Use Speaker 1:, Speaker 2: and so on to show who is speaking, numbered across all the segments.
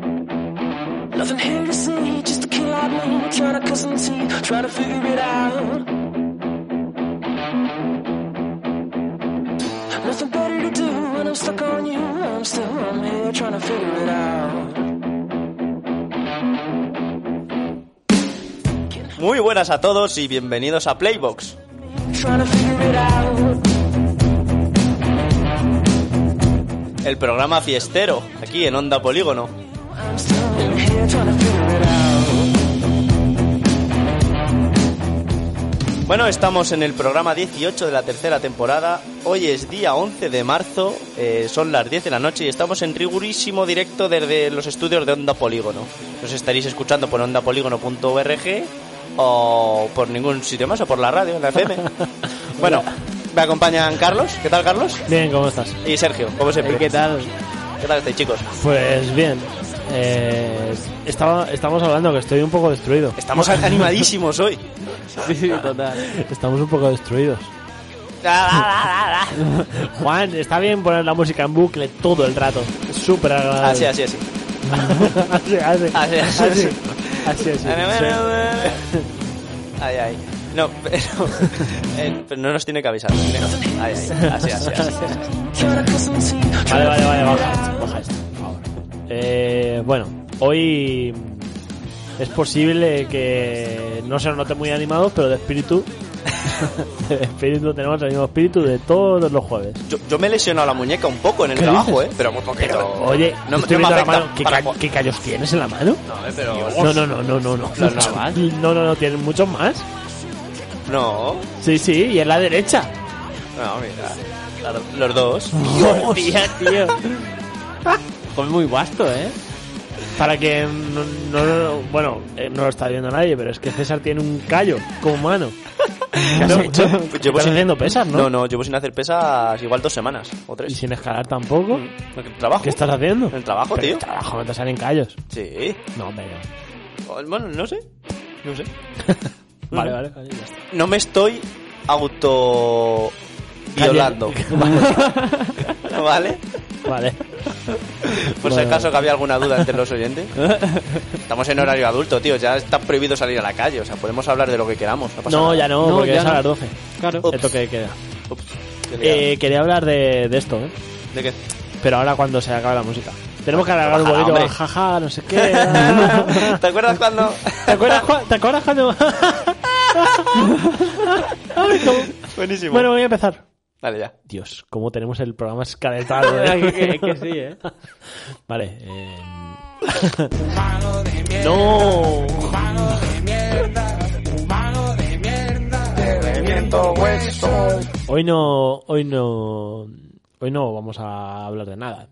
Speaker 1: Nothing here to see, just a kid like me, trying to cut some teeth, trying to figure it out. Nothing better to do when I'm stuck on you. I'm still, I'm here trying to figure it out.
Speaker 2: Muy buenas a todos y bienvenidos a Playbox.
Speaker 1: Trying to figure it out.
Speaker 2: El programa fiestero, aquí en Onda Polígono.
Speaker 1: I'm still in here trying to figure it out.
Speaker 2: Bueno, estamos en el programa 18 de la tercera temporada. Hoy es día 11 de marzo, eh, son las 10 de la noche y estamos en rigurísimo directo desde los estudios de Onda Polígono. Nos estaréis escuchando por ondapolígono.org o por ningún sitio más o por la radio, en la FM. bueno, me acompañan Carlos. ¿Qué tal, Carlos?
Speaker 3: Bien, ¿cómo estás?
Speaker 2: Y Sergio, como siempre.
Speaker 3: ¿Qué tal?
Speaker 2: ¿Qué tal estáis, chicos?
Speaker 3: Pues bien. Eh, estaba, estamos hablando que estoy un poco destruido.
Speaker 2: Estamos animadísimos hoy.
Speaker 4: Sí, total.
Speaker 3: Estamos un poco destruidos. Juan, está bien poner la música en bucle todo el rato. Es súper agradable.
Speaker 2: Ah, Así, así, así.
Speaker 3: así, así.
Speaker 2: Así, así.
Speaker 3: así. Así, así.
Speaker 2: Ay, ay. No, pero, eh, pero no nos tiene que avisar. Ay, ay, así, así, así.
Speaker 1: Trying to cut some teeth, trying
Speaker 3: Vale,
Speaker 1: to
Speaker 3: vale, vale,
Speaker 1: figure it
Speaker 3: baja
Speaker 1: out.
Speaker 3: esto, baja esto, por favor. Eh, bueno, hoy es posible que no se nos note muy animados, pero de espíritu, de espíritu tenemos el mismo espíritu de todos los jueves.
Speaker 2: Yo, yo me he lesionado la muñeca un poco en el
Speaker 3: ¿Qué
Speaker 2: trabajo,
Speaker 3: dices?
Speaker 2: ¿eh? Pero muy poquito.
Speaker 3: Oye,
Speaker 2: no,
Speaker 3: estoy
Speaker 2: no me
Speaker 3: viendo la
Speaker 2: afecta.
Speaker 3: mano. ¿Qué,
Speaker 2: para
Speaker 3: ca-
Speaker 2: po-
Speaker 3: qué callos tienes en la mano?
Speaker 2: No, eh, pero...
Speaker 3: No, no, no, no, no, no.
Speaker 4: ¿Los más?
Speaker 3: No, no, no, tienen muchos más.
Speaker 2: No,
Speaker 3: Sí, sí, y en la derecha.
Speaker 2: no, mira. Claro, Los dos.
Speaker 3: Hostia, tío.
Speaker 4: Pues muy vasto, ¿eh?
Speaker 3: Para que no, no- bueno, eh, no lo está viendo nadie, pero es que César tiene un callo como mano. ¿Qué has hecho?
Speaker 2: Llevo
Speaker 3: Estás
Speaker 2: sin-
Speaker 3: haciendo pesas, ¿no?
Speaker 2: Pues No, no, llevo sin hacer pesas igual dos semanas o
Speaker 3: Y
Speaker 2: tres.
Speaker 3: sin escalar tampoco.
Speaker 2: ¿En el trabajo?
Speaker 3: ¿Qué estás haciendo?
Speaker 2: ¿En el trabajo,
Speaker 3: Pero
Speaker 2: tío?
Speaker 3: en el trabajo no te salen callos.
Speaker 2: Sí.
Speaker 3: No, pero.
Speaker 2: Bueno, no sé. No sé.
Speaker 3: Vale, vale, vale, ya está.
Speaker 2: No me estoy auto... Violando. ¿Vale?
Speaker 3: Vale.
Speaker 2: Por si
Speaker 3: Vale,
Speaker 2: acaso que había alguna duda entre los oyentes. Estamos en horario adulto, tío. Ya está prohibido salir a la calle. O sea, podemos hablar de lo que queramos. No, pasa
Speaker 3: No,
Speaker 2: nada.
Speaker 3: ya no,
Speaker 4: No,
Speaker 3: porque
Speaker 4: ya
Speaker 3: es a
Speaker 4: no.
Speaker 3: las 12.
Speaker 4: Claro.
Speaker 2: Ups.
Speaker 3: El toque de queda.
Speaker 2: Ups, qué liado.
Speaker 3: Eh, quería hablar de, de esto, ¿eh?
Speaker 2: ¿De qué?
Speaker 3: Pero ahora cuando se acabe la música. Tenemos que alargar un
Speaker 2: Ojalá,
Speaker 3: poquito.
Speaker 2: hombre.
Speaker 3: Jaja, no sé qué.
Speaker 2: ¿Te acuerdas cuando...?
Speaker 3: ¿Te acuerdas, Juan- ¿Te acuerdas cuando.? Ay, cómo-
Speaker 2: Buenísimo.
Speaker 3: bueno, voy a empezar.
Speaker 2: Vale, ya.
Speaker 3: Dios, cómo tenemos el programa escaletado.
Speaker 4: que,
Speaker 3: ¿eh?
Speaker 4: que- que sí, ¿eh?
Speaker 3: Vale. eh, no. Hoy no, hoy no, hoy no vamos a hablar de nada.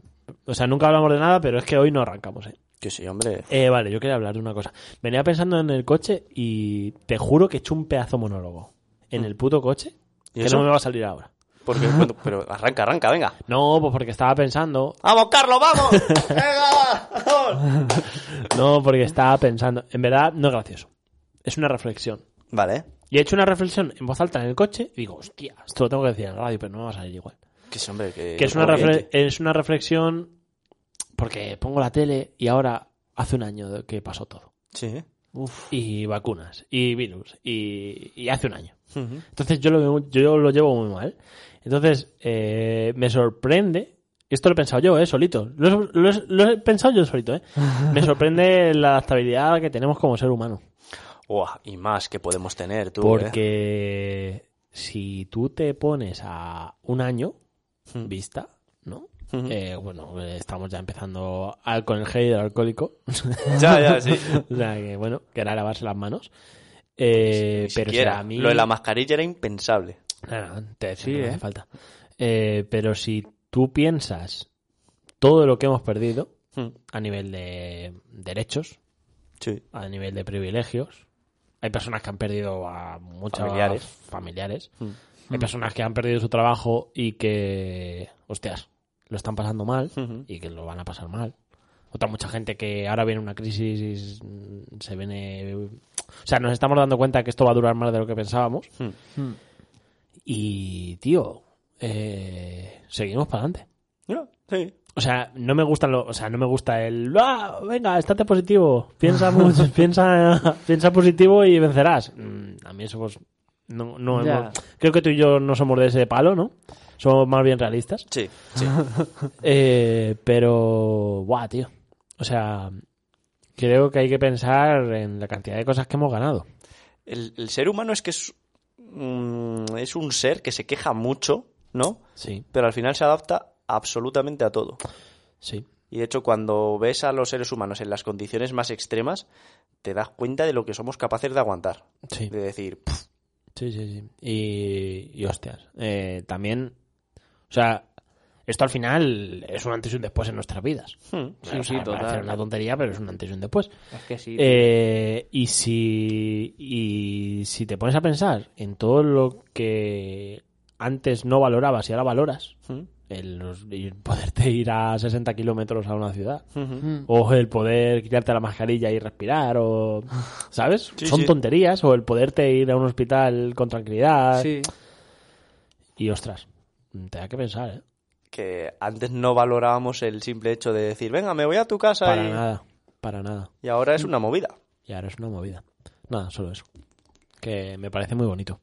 Speaker 3: O sea, nunca hablamos de nada, pero es que hoy no arrancamos. ¿eh?
Speaker 2: Que sí, hombre.
Speaker 3: Eh, vale, yo quería hablar de una cosa. Venía pensando en el coche y te juro que he hecho un pedazo monólogo en el puto coche
Speaker 2: ¿Y
Speaker 3: que
Speaker 2: eso?
Speaker 3: no me va a salir ahora.
Speaker 2: Porque, bueno, pero arranca, arranca, venga.
Speaker 3: No, pues porque estaba pensando
Speaker 2: ¡Vamos, Carlos, vamos! ¡Venga, vamos!
Speaker 3: No, porque estaba pensando. En verdad, no es gracioso. Es una reflexión.
Speaker 2: Vale.
Speaker 3: Y he hecho una reflexión en voz alta en el coche y digo, hostia, esto lo tengo que decir en la radio, pero no me va a salir igual.
Speaker 2: Que sí, hombre, que...
Speaker 3: que es una, refle-
Speaker 2: referencia
Speaker 3: es una reflexión porque pongo la tele y ahora hace un año de que pasó todo.
Speaker 2: Sí.
Speaker 3: Y vacunas, y virus, y, y hace un año.
Speaker 2: Ujú.
Speaker 3: Entonces yo lo, veo- yo lo llevo muy mal. Entonces eh, me sorprende, esto lo he pensado yo, eh, solito, lo, he- lo he- lo he pensado yo solito, eh. me sorprende la adaptabilidad que tenemos como ser humano.
Speaker 2: Buah, y más que podemos tener, tú, ¿eh?
Speaker 3: Porque si tú te pones a un año
Speaker 2: Mm.
Speaker 3: vista, ¿no?
Speaker 2: Ujú.
Speaker 3: Eh, bueno, eh, estamos ya empezando al- con el gel hidroalcohólico.
Speaker 2: ¿eh? Ya, ya, sí.
Speaker 3: o sea que, bueno, que era lavarse las manos. Eh, pero o sea,
Speaker 2: Siquiera.
Speaker 3: a mí... Ah,
Speaker 2: Lo de la mascarilla era impensable.
Speaker 3: No, no, te
Speaker 4: Sí,
Speaker 3: no hace
Speaker 4: ¿eh?
Speaker 3: falta. Eh, pero si tú piensas todo lo que hemos perdido
Speaker 2: Hmm.
Speaker 3: a nivel de derechos,
Speaker 2: Sí.
Speaker 3: a nivel de privilegios, hay personas que han perdido a muchos
Speaker 2: Familiares.
Speaker 3: familiares. Hay personas que han perdido su trabajo y que, hostias, lo están pasando mal
Speaker 2: Ujú.
Speaker 3: y que lo van a pasar mal. Otra mucha gente que ahora viene una crisis, mm, se viene... O sea, nos estamos dando cuenta que esto va a durar más de lo que pensábamos.
Speaker 4: Hmm.
Speaker 3: Y, tío, eh, seguimos para adelante.
Speaker 2: No, sí.
Speaker 3: O sea, no me gustan lo- o sea, no me gusta el "Ah, venga, estate positivo, piensa mucho, piensa piensa positivo y vencerás. Mm, a mí eso pues no, no
Speaker 4: Ya.
Speaker 3: hemos- creo que tú y yo no somos de ese palo, ¿no? Somos más bien realistas.
Speaker 2: Sí, sí.
Speaker 3: Eh, pero guau, tío. O sea, creo que hay que pensar en la cantidad de cosas que hemos ganado.
Speaker 2: El, el ser humano es que es, mm, es un ser que se queja mucho, ¿no?
Speaker 3: Sí,
Speaker 2: Pero al final se adapta absolutamente a todo.
Speaker 3: sí.
Speaker 2: Y de hecho, cuando ves a los seres humanos en las condiciones más extremas, te das cuenta de lo que somos capaces de aguantar.
Speaker 3: Sí.
Speaker 2: De decir, "Puf,
Speaker 3: Sí, sí, sí. Y, y hostias. eh, también, o sea, esto al final es un antes y un después en nuestras vidas.
Speaker 2: hmm,
Speaker 4: Sí,
Speaker 3: O sea,
Speaker 4: sí,
Speaker 3: parece
Speaker 4: total.
Speaker 3: una tontería, pero es un antes y un después.
Speaker 4: Es que sí.
Speaker 3: Eh, y, si, y si te pones a pensar en todo lo que antes no valorabas y ahora valoras,
Speaker 2: hmm,
Speaker 3: el, los- el poderte ir a 60 kilómetros a una ciudad,
Speaker 2: hmm, hmm".
Speaker 4: Hmm.
Speaker 3: o el poder quitarte la mascarilla y respirar, o. ¿Sabes?
Speaker 2: Sí,
Speaker 3: Son
Speaker 2: sí.
Speaker 3: tonterías, o el poderte ir a un hospital con tranquilidad.
Speaker 4: Sí.
Speaker 3: Y ostras, te da que pensar, ¿eh?
Speaker 2: que antes no valorábamos el simple hecho de decir, venga, me voy a tu casa
Speaker 3: Para
Speaker 2: y,
Speaker 3: nada, para nada.
Speaker 2: y ahora es una movida.
Speaker 3: Y ahora es una movida. Nada, solo eso. Que me parece muy bonito.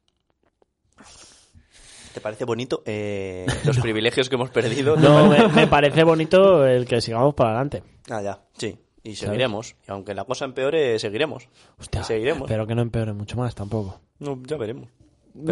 Speaker 2: ¿Te parece bonito eh, los privilegios que hemos perdido?
Speaker 3: No, me, me parece bonito el que sigamos para adelante.
Speaker 2: Ah, ya, sí. Y seguiremos. Y aunque la cosa empeore, seguiremos.
Speaker 3: Hostia,
Speaker 2: Seguiremos.
Speaker 3: Espero que no empeore mucho más tampoco.
Speaker 2: No, ya veremos.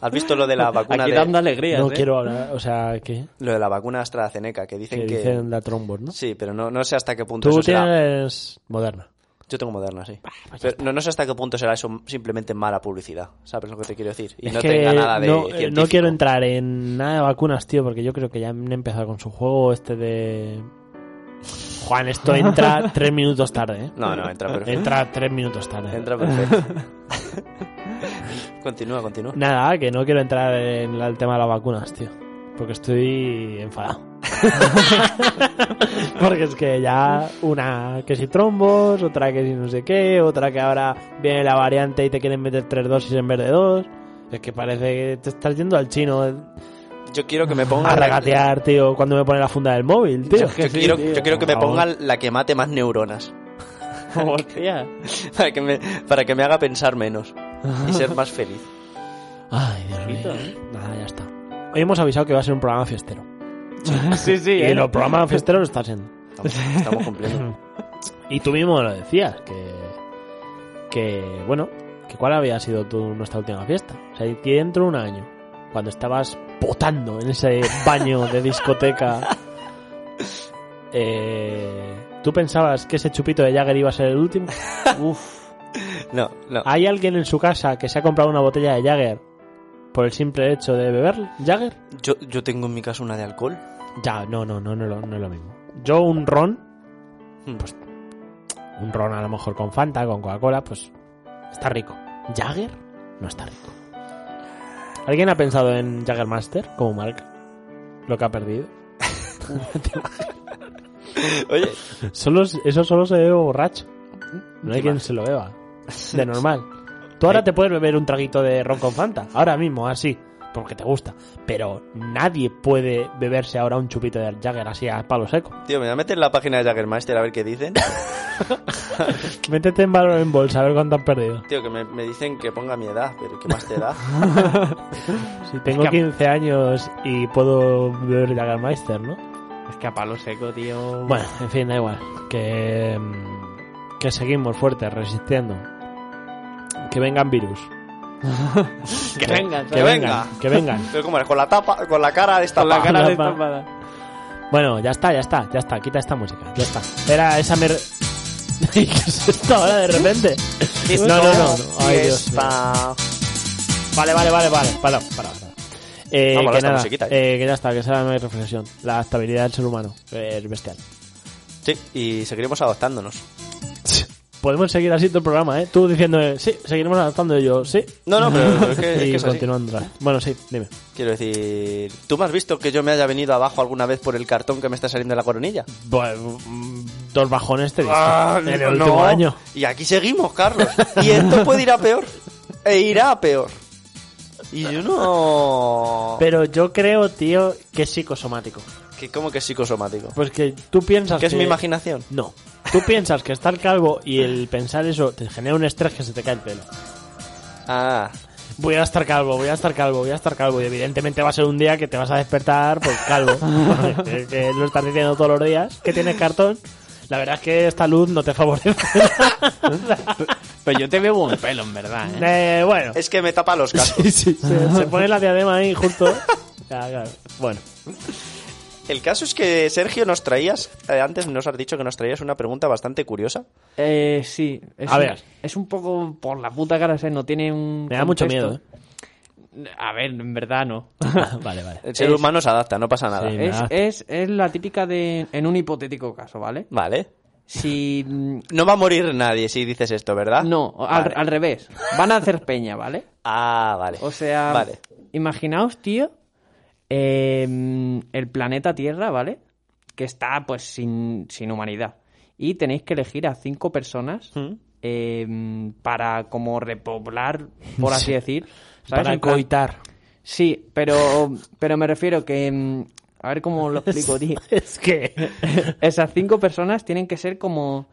Speaker 2: ¿Has visto lo de la vacuna
Speaker 4: Aquí
Speaker 2: de,
Speaker 4: dando alegrías.
Speaker 3: no
Speaker 4: ¿eh?
Speaker 3: quiero hablar, o sea, ¿qué?
Speaker 2: lo de la vacuna AstraZeneca? Que dicen
Speaker 3: Que
Speaker 2: que...
Speaker 3: dicen la trombos, ¿no?
Speaker 2: Sí, pero no, no sé hasta qué punto
Speaker 3: Tú
Speaker 2: Pues eso será...
Speaker 3: tienes pues moderna.
Speaker 2: Yo tengo Moderna, sí. Pero no, no sé hasta qué punto será eso simplemente mala publicidad. ¿Sabes lo que te quiero decir? Y
Speaker 3: Es
Speaker 2: no
Speaker 3: que
Speaker 2: tenga nada de
Speaker 3: no, eh,
Speaker 2: científico.
Speaker 3: no quiero entrar en nada de vacunas, tío, porque yo creo que ya han empezado con su juego este de... Juan, esto entra tres minutos tarde, ¿eh?
Speaker 2: No, no, entra perfecto.
Speaker 3: Entra tres minutos tarde.
Speaker 2: Entra perfecto. continúa, continúa.
Speaker 3: Nada, que no quiero entrar en la- el tema de las vacunas, tío. Porque estoy enfadado. porque es que ya una que si trombos, otra que si no sé qué, otra que ahora viene la variante y te quieren meter tres dosis en vez de dos. Es que parece que te estás yendo al chino eh,
Speaker 2: Yo quiero que me ponga...
Speaker 3: a regatear, tío, cuando me pone la funda del móvil, tío.
Speaker 4: Yo-
Speaker 2: Yo,
Speaker 4: Que sí,
Speaker 2: quiero,
Speaker 4: tío.
Speaker 2: yo quiero que me
Speaker 3: Por favor.
Speaker 2: ponga la que mate más neuronas.
Speaker 4: Hostia.
Speaker 2: para que me para que me haga pensar menos y ser más feliz.
Speaker 3: Ay, Dios
Speaker 4: ¿eh?
Speaker 3: mío. Nada, ya está. Hoy hemos avisado que va a ser un programa fiestero.
Speaker 4: Sí, sí.
Speaker 3: Y
Speaker 4: ¿eh?
Speaker 3: los programas fiesteros lo están siendo.
Speaker 2: Estamos, estamos cumpliendo.
Speaker 3: Y tú mismo lo decías, que, que bueno, que cuál había sido tu, nuestra última fiesta. O sea, que dentro de un año, cuando estabas potando en ese baño de discoteca, eh, ¿tú pensabas que ese chupito de Jagger iba a ser el último? Uf.
Speaker 2: No, no.
Speaker 3: ¿Hay alguien en su casa que se ha comprado una botella de Jagger por el simple hecho de beber Jagger?
Speaker 2: Yo, yo tengo en mi casa una de alcohol.
Speaker 3: Ya, no, no, no, no, lo- no es lo mismo. Yo un ron,
Speaker 2: Hmm.
Speaker 3: pues un ron a lo mejor con Fanta, con Coca-Cola, pues está rico. Jagger no está rico. ¿Alguien ha pensado en Jagger Master como marca? Lo que ha perdido.
Speaker 2: Oye,
Speaker 3: Solo, eso solo se bebe borracho. No hay
Speaker 2: Qué
Speaker 3: quien
Speaker 2: mal.
Speaker 3: se lo beba. De normal. Tú ahora te puedes beber un traguito de ron con Fanta. Ahora mismo, así. Porque te gusta. Pero nadie puede beberse ahora un chupito de Jagger así a palo seco.
Speaker 2: tío, me voy a meter en la página de Jaggermeister a ver qué dicen.
Speaker 3: Métete en valor en bolsa, a ver cuánto han perdido.
Speaker 2: Tío, que me, me dicen que ponga mi edad, pero ¿qué más te da?
Speaker 3: Si tengo
Speaker 4: Es que-
Speaker 3: 15 años y puedo beber Jagermeister, ¿no?
Speaker 4: Es que a palo seco, tío.
Speaker 3: Bueno, en fin, da igual. Que, mm, que seguimos fuertes, resistiendo. Que vengan virus.
Speaker 4: que venga,
Speaker 3: Que
Speaker 2: venga.
Speaker 3: vengan, que vengan.
Speaker 2: Pero ¿cómo eres? Con la tapa, con la cara de esta
Speaker 4: Con la cara
Speaker 3: la-
Speaker 4: destampada.
Speaker 3: Bueno, ya está, ya está, ya está. Quita esta música, ya está. Era esa mer... ¿Y qué es esto ahora de repente?
Speaker 2: Esto
Speaker 3: no, no, no. no. Ay, Dios mío.
Speaker 2: Fiesta.
Speaker 3: Vale, vale, vale, vale. Para, para, para. Eh,
Speaker 2: Ah, mola
Speaker 3: que,
Speaker 2: esta
Speaker 3: nada,
Speaker 2: musiquita,
Speaker 3: eh, que ya está, que esa era mi reflexión. La estabilidad del ser humano eh, es bestial.
Speaker 2: Sí, y seguiremos adaptándonos.
Speaker 3: Podemos seguir así todo el programa, ¿eh? Tú diciendo, eh, sí, seguiremos adaptando y yo, sí.
Speaker 2: No, no, pero es que, es
Speaker 3: y
Speaker 2: que es así.
Speaker 3: continuando. Bueno, sí, dime.
Speaker 2: Quiero decir, ¿tú me has visto que yo me haya venido abajo alguna vez por el cartón que me está saliendo de la coronilla?
Speaker 3: Bueno, mm, dos bajones te he visto en el
Speaker 2: Ah, no.
Speaker 3: último año.
Speaker 2: Y aquí seguimos, Carlos. Y esto puede ir a peor. E irá a peor. Y yo no...
Speaker 3: Pero yo creo, tío, que es psicosomático.
Speaker 2: Que como que es psicosomático.
Speaker 3: Pues que tú piensas
Speaker 2: Que es
Speaker 3: que-
Speaker 2: mi imaginación.
Speaker 3: No. Tú piensas que estar calvo y el pensar eso te genera un estrés que se te cae el pelo.
Speaker 2: Ah,
Speaker 3: Voy a estar calvo, voy a estar calvo, voy a estar calvo. Y evidentemente va a ser un día que te vas a despertar pues calvo. Porque, eh, lo estás diciendo todos los días. Que tienes cartón. La verdad es que esta luz no te favorece.
Speaker 4: Pero yo te veo buen pelo, en verdad, ¿eh?
Speaker 3: Eh, bueno,
Speaker 2: es que me tapa los cascos.
Speaker 3: se, se pone la diadema ahí justo. Ya, claro. Bueno,
Speaker 2: El caso es que, Sergio, nos traías... eh, antes nos has dicho que nos traías una pregunta bastante curiosa.
Speaker 4: Eh, sí. Es
Speaker 3: A
Speaker 4: un,
Speaker 3: ver.
Speaker 4: Es un poco por la puta cara, o sea, no tiene un.
Speaker 3: me da mucho
Speaker 4: contexto.
Speaker 3: miedo. ¿eh?
Speaker 4: A ver, en verdad no.
Speaker 3: vale, vale.
Speaker 2: El ser
Speaker 4: Es-
Speaker 2: humano se adapta, no pasa nada.
Speaker 3: Sí.
Speaker 4: es,
Speaker 3: nada.
Speaker 4: es, es la típica de. En un hipotético caso, ¿vale?
Speaker 2: Vale.
Speaker 4: Si. mm,
Speaker 2: No va a morir nadie si dices esto, ¿verdad?
Speaker 4: No, al,
Speaker 2: Ah. Vale.
Speaker 4: al revés. Van a hacer peña, ¿vale?
Speaker 2: Ah, vale.
Speaker 4: O sea,
Speaker 2: Vale.
Speaker 4: imaginaos, tío, eh, el planeta Tierra, ¿vale? Que está pues sin, sin humanidad. Y tenéis que elegir a cinco personas eh, para como repoblar, por así decir. ¿sabes?
Speaker 3: Para
Speaker 4: En plan-
Speaker 3: coitar.
Speaker 4: Sí, pero, pero me refiero que... mm, A ver cómo lo explico, tío.
Speaker 3: Es que.
Speaker 4: Esas cinco personas tienen que ser como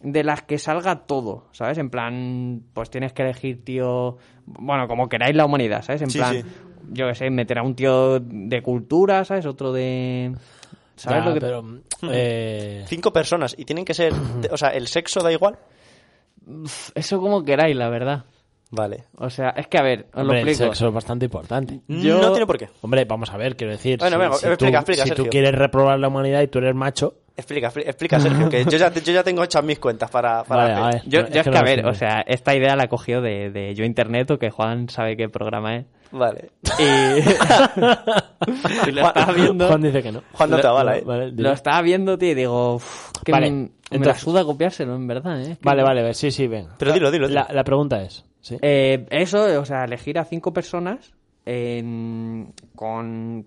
Speaker 4: de las que salga todo, ¿sabes? En plan, pues tienes que elegir, tío, bueno, como queráis la humanidad, ¿sabes? En
Speaker 2: Sí,
Speaker 4: plan,
Speaker 2: sí.
Speaker 4: yo qué sé, meter a un tío de cultura, ¿sabes? Otro de... ¿Sabes
Speaker 3: Ya,
Speaker 4: lo que...
Speaker 3: pero, eh,
Speaker 2: Cinco personas y tienen que ser, o sea, el sexo da igual.
Speaker 4: Eso como queráis, la verdad.
Speaker 2: Vale.
Speaker 4: O sea, es que a ver, os
Speaker 3: hombre,
Speaker 4: lo
Speaker 3: el
Speaker 4: explico.
Speaker 3: sexo es bastante importante.
Speaker 4: Yo-
Speaker 2: Mm, No tiene por qué.
Speaker 3: Hombre, vamos a ver, quiero decir.
Speaker 2: Bueno,
Speaker 3: si,
Speaker 2: venga,
Speaker 3: si tú,
Speaker 2: explica, explica,
Speaker 3: si tú
Speaker 2: Sergio.
Speaker 3: quieres reprobar la humanidad y tú eres macho.
Speaker 2: Explica, expli- explica, Sergio, que yo ya, te- yo ya tengo hechas mis cuentas para, para
Speaker 3: Vale,
Speaker 2: hacer.
Speaker 3: a ver.
Speaker 4: Yo,
Speaker 3: No,
Speaker 4: yo es que
Speaker 3: no
Speaker 4: a
Speaker 3: lo
Speaker 4: ver,
Speaker 3: entiendo.
Speaker 4: o sea, esta idea la cogió de, de Yo Internet o que Juan sabe qué programa es.
Speaker 2: Vale.
Speaker 4: Y, y lo estaba viendo...
Speaker 3: Juan dice que no.
Speaker 2: Juan no te avala, ¿eh?
Speaker 3: Vale, dime.
Speaker 4: Lo estaba viendo, tío, y digo, "Uf, que
Speaker 3: Vale,
Speaker 4: me, me la
Speaker 3: entonces-
Speaker 4: suda copiárselo, en verdad, ¿eh? Que-
Speaker 3: vale, vale, sí, sí, venga.
Speaker 2: Pero dilo, dilo. dilo.
Speaker 3: La, la pregunta es. ¿sí?
Speaker 4: Eh, eso, o sea, elegir a cinco personas eh, con...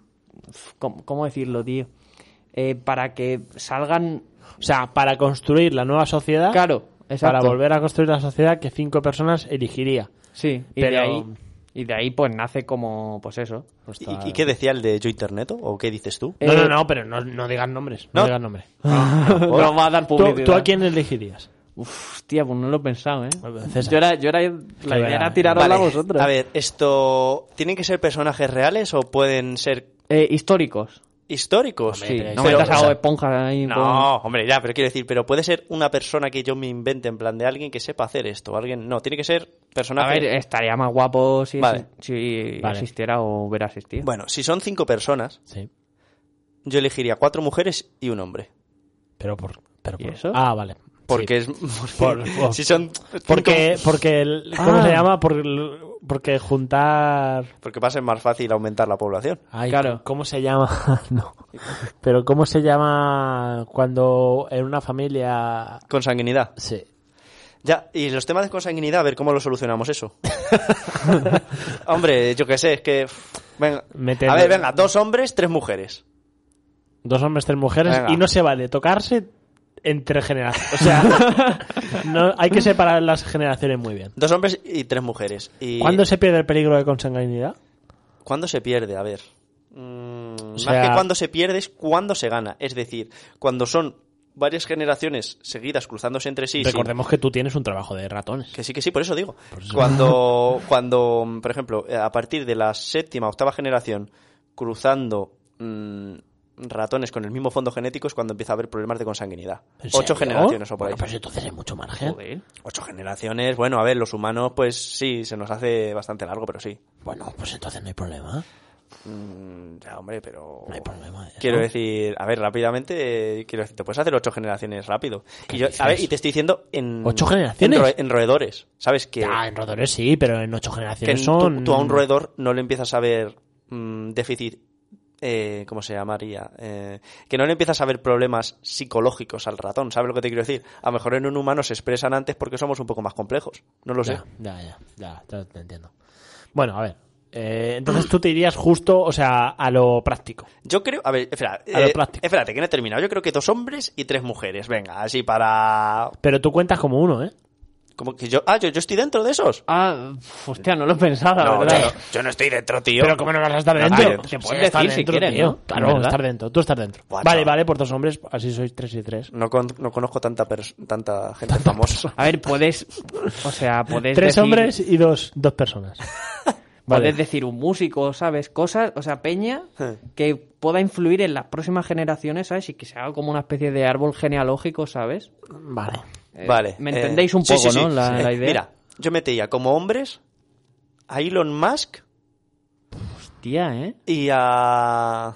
Speaker 4: ¿cómo, cómo decirlo, tío? Eh, para que salgan...
Speaker 3: O sea, para construir la nueva sociedad.
Speaker 4: Claro, exacto.
Speaker 3: Para volver a construir la sociedad que cinco personas elegiría.
Speaker 4: Sí, y de
Speaker 3: Pero-
Speaker 4: ahí... Y de ahí, pues, nace como... Pues eso.
Speaker 3: Pues
Speaker 2: ¿Y-
Speaker 3: está-
Speaker 2: ¿Y, qué decía el de Yo Internet o qué dices tú?
Speaker 3: No,
Speaker 4: Eh,
Speaker 3: no, no, pero no, no digas nombres. No,
Speaker 2: No.
Speaker 3: digas nombres.
Speaker 4: Nos Eh, va a dar
Speaker 3: ¿Tú,
Speaker 4: publicidad.
Speaker 3: tú a quién elegirías?
Speaker 4: Uf, hostia, pues no lo he pensado, ¿eh?
Speaker 3: César.
Speaker 4: Yo era... Yo era la idea
Speaker 3: verá,
Speaker 4: era tirarosla a vosotros.
Speaker 2: A ver, esto. ¿Tienen que ser personajes reales o pueden ser
Speaker 4: Eh, históricos.
Speaker 2: históricos?
Speaker 4: Sí,
Speaker 3: pero
Speaker 4: no
Speaker 3: eso-
Speaker 4: metas a
Speaker 3: o
Speaker 4: Bob
Speaker 3: sea,
Speaker 4: Esponja ahí. con-
Speaker 2: No, hombre, ya, pero quiero decir, pero puede ser una persona que yo me invente en plan de alguien que sepa hacer esto. Alguien. No, tiene que ser
Speaker 4: A
Speaker 2: personaje.
Speaker 4: ver, eh, estaría más guapo si,
Speaker 2: Vale.
Speaker 4: si
Speaker 3: Vale.
Speaker 4: asistiera o hubiera asistido.
Speaker 2: Bueno, si son cinco personas,
Speaker 3: Sí.
Speaker 2: yo elegiría cuatro mujeres y un hombre.
Speaker 3: Pero por. Pero
Speaker 4: ¿Y
Speaker 3: por-
Speaker 4: eso?
Speaker 3: Ah, vale.
Speaker 2: Porque es. porque
Speaker 3: Por- por-
Speaker 2: si son.
Speaker 3: Porque,
Speaker 2: cinco-
Speaker 3: porque el- ¿cómo
Speaker 4: Ah.
Speaker 3: se llama? Por el- porque juntar...
Speaker 2: Porque va a ser más fácil aumentar la población.
Speaker 3: Ay,
Speaker 4: Claro.
Speaker 3: ¿Cómo se llama? no. Pero ¿cómo se llama cuando en una familia...
Speaker 2: Consanguinidad.
Speaker 3: Sí.
Speaker 2: Ya, y los temas de consanguinidad, a ver cómo lo solucionamos eso. Hombre, yo qué sé, es que. Venga.
Speaker 3: Meter-
Speaker 2: A ver, venga, dos hombres, tres mujeres.
Speaker 3: Dos hombres, tres mujeres
Speaker 2: Venga.
Speaker 3: y no se vale tocarse entre generaciones. O sea, no, hay que separar las generaciones muy bien.
Speaker 2: Dos hombres y tres mujeres. Y
Speaker 3: ¿Cuándo se pierde el peligro de consanguinidad?
Speaker 2: ¿Cuándo se pierde? A ver. Mm,
Speaker 3: sea-
Speaker 2: Más que cuando se pierde es cuando se gana. Es decir, cuando son varias generaciones seguidas cruzándose entre sí. sin-
Speaker 3: Recordemos que tú tienes un trabajo de ratones.
Speaker 2: Que sí, que sí, por eso digo. Cuando, cuando, mm, por ejemplo, eh, a partir de la séptima, octava generación, cruzando mm, ratones con el mismo fondo genético es cuando empieza a haber problemas de consanguinidad.
Speaker 3: ¿En
Speaker 2: Ocho
Speaker 3: serio?
Speaker 2: generaciones o por ahí.
Speaker 3: Bueno, pues entonces hay mucho margen.
Speaker 4: Joder.
Speaker 2: Ocho generaciones, bueno, a ver, los humanos, pues sí, se nos hace bastante largo, pero sí.
Speaker 3: Bueno, pues entonces no hay problema.
Speaker 2: Mm, ya, hombre, pero.
Speaker 3: No hay problema, ya,
Speaker 2: Quiero
Speaker 3: ¿no?
Speaker 2: decir, a ver, rápidamente, eh, quiero decir, te puedes hacer ocho generaciones rápido. Y yo, a ver, y te estoy diciendo en.
Speaker 3: ¿Ocho generaciones?
Speaker 2: En, roe- en roedores. ¿Sabes? Que,
Speaker 3: Ah, en roedores sí, pero en ocho
Speaker 2: que
Speaker 3: generaciones
Speaker 2: en-
Speaker 3: son...
Speaker 2: tú, tú a un roedor no le empiezas a ver mm, déficit. Eh, ¿Cómo se llamaría? Eh, que no le empiezas a ver problemas psicológicos al ratón. ¿Sabes lo que te quiero decir? A lo mejor en un humano se expresan antes porque somos un poco más complejos. No lo sé.
Speaker 3: Ya, ya, ya, ya, te- te entiendo. Bueno, a ver. eh, entonces tú te irías justo, o sea, a lo práctico.
Speaker 2: Yo creo, a ver, espera,
Speaker 3: A lo
Speaker 2: eh,
Speaker 3: práctico.
Speaker 2: espérate, que no he terminado. Yo creo que dos hombres y tres mujeres. Venga, así para.
Speaker 3: Pero tú cuentas como uno, ¿eh?
Speaker 2: Como que yo. Ah, yo, yo estoy dentro de esos.
Speaker 4: Ah, pf, hostia, no lo he pensado, la
Speaker 2: no,
Speaker 4: verdad.
Speaker 2: yo no- yo no estoy dentro, tío.
Speaker 3: Ah, Pero como no vas a estar
Speaker 2: No,
Speaker 3: dentro.
Speaker 2: ah, yo-
Speaker 4: te puedes
Speaker 3: Sí, estar
Speaker 4: decir si quieres,
Speaker 3: tío.
Speaker 4: ¿no?
Speaker 3: Claro,
Speaker 4: ¿Verdad?
Speaker 3: estar dentro. Tú estás dentro.
Speaker 2: Guau,
Speaker 3: vale,
Speaker 2: chaval.
Speaker 3: vale, por dos hombres, así sois tres y tres.
Speaker 2: No, con- no conozco tanta pers- tanta gente famosa.
Speaker 4: A ver, puedes. O sea, puedes.
Speaker 3: Tres
Speaker 4: decir,
Speaker 3: hombres y dos, dos personas. Vale.
Speaker 4: Puedes decir un músico, ¿sabes? Cosas, o sea, peña
Speaker 2: Sí.
Speaker 4: que pueda influir en las próximas generaciones, ¿sabes? Y que se haga como una especie de árbol genealógico, ¿sabes?
Speaker 3: Vale.
Speaker 4: Eh,
Speaker 2: vale.
Speaker 4: ¿Me
Speaker 2: eh,
Speaker 4: entendéis un
Speaker 2: sí,
Speaker 4: poco,
Speaker 2: sí,
Speaker 4: no?
Speaker 2: sí.
Speaker 4: La,
Speaker 2: Eh,
Speaker 4: la idea.
Speaker 2: Mira, yo metía como hombres a Elon Musk
Speaker 4: Hostia, ¿eh?
Speaker 2: y a.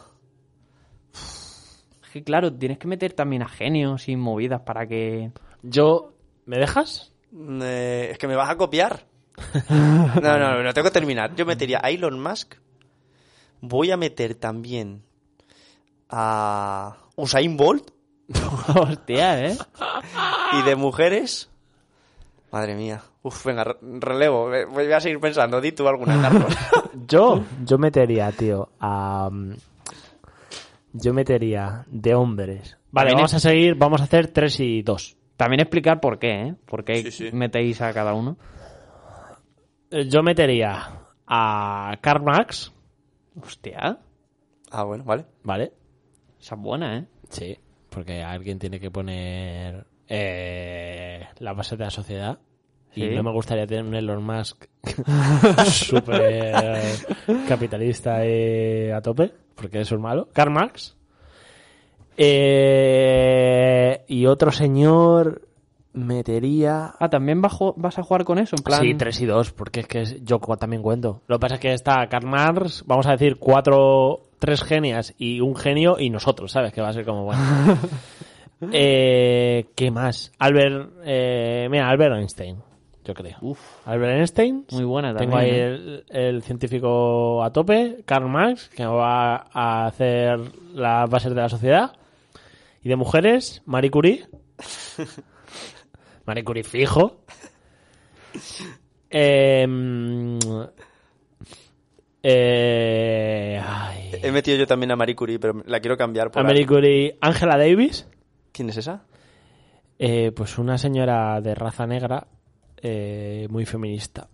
Speaker 4: Es que, claro, tienes que meter también a genios y movidas para que.
Speaker 3: Yo. ¿Me dejas?
Speaker 2: eh, es que me vas a copiar. No, no, no, no, tengo que terminar. Yo metería a Elon Musk. Voy a meter también a Usain Bolt.
Speaker 4: Hostia, ¿eh?
Speaker 2: Y de mujeres. Madre mía. Uf, venga, re- relevo. Eh, Voy a seguir pensando. Di tú alguna, Carlos.
Speaker 3: Yo. Yo metería, tío, a. mm, Yo metería de hombres. Vale,
Speaker 4: También
Speaker 3: vamos
Speaker 4: es-
Speaker 3: a seguir, vamos a hacer tres y dos.
Speaker 4: También explicar por qué, ¿eh? ¿Por qué
Speaker 2: Sí, sí.
Speaker 4: metéis a cada uno?
Speaker 3: Eh, Yo metería a Karl Marx,
Speaker 4: Hostia,
Speaker 2: Ah, bueno, vale.
Speaker 3: ¿vale?
Speaker 4: esa es buena, ¿eh?
Speaker 3: Sí, porque alguien tiene que poner eh, la base de la sociedad. Y
Speaker 4: Sí.
Speaker 3: no me gustaría tener un Elon Musk súper capitalista eh, a tope, porque eso es malo. Karl Marx. Eh, y otro señor metería...
Speaker 4: Ah, también bajo- vas a jugar con eso, en plan.
Speaker 3: Sí, 3 y 2, porque es que es- yo cu- también cuento. Lo que pasa es que está Karl Marx, vamos a decir, cuatro, tres genias y un genio y nosotros, ¿sabes? Que va a ser como bueno. Eh, ¿Qué más? Albert, eh, mira, Albert Einstein, yo creo.
Speaker 4: Uf,
Speaker 3: Albert Einstein.
Speaker 4: Uh. Muy buena
Speaker 3: Tengo ahí
Speaker 4: también, ¿eh?
Speaker 3: el, el científico a tope, Karl Marx, que va a hacer las bases de la sociedad. Y de mujeres, Marie Curie. Marie Curie fijo. Eh, mm, eh, ay.
Speaker 2: He metido yo también a Marie Curie, pero la quiero cambiar por.
Speaker 3: A Marie Curie, Angela Davis.
Speaker 2: ¿Quién es esa?
Speaker 3: Eh, pues una señora de raza negra eh, muy feminista.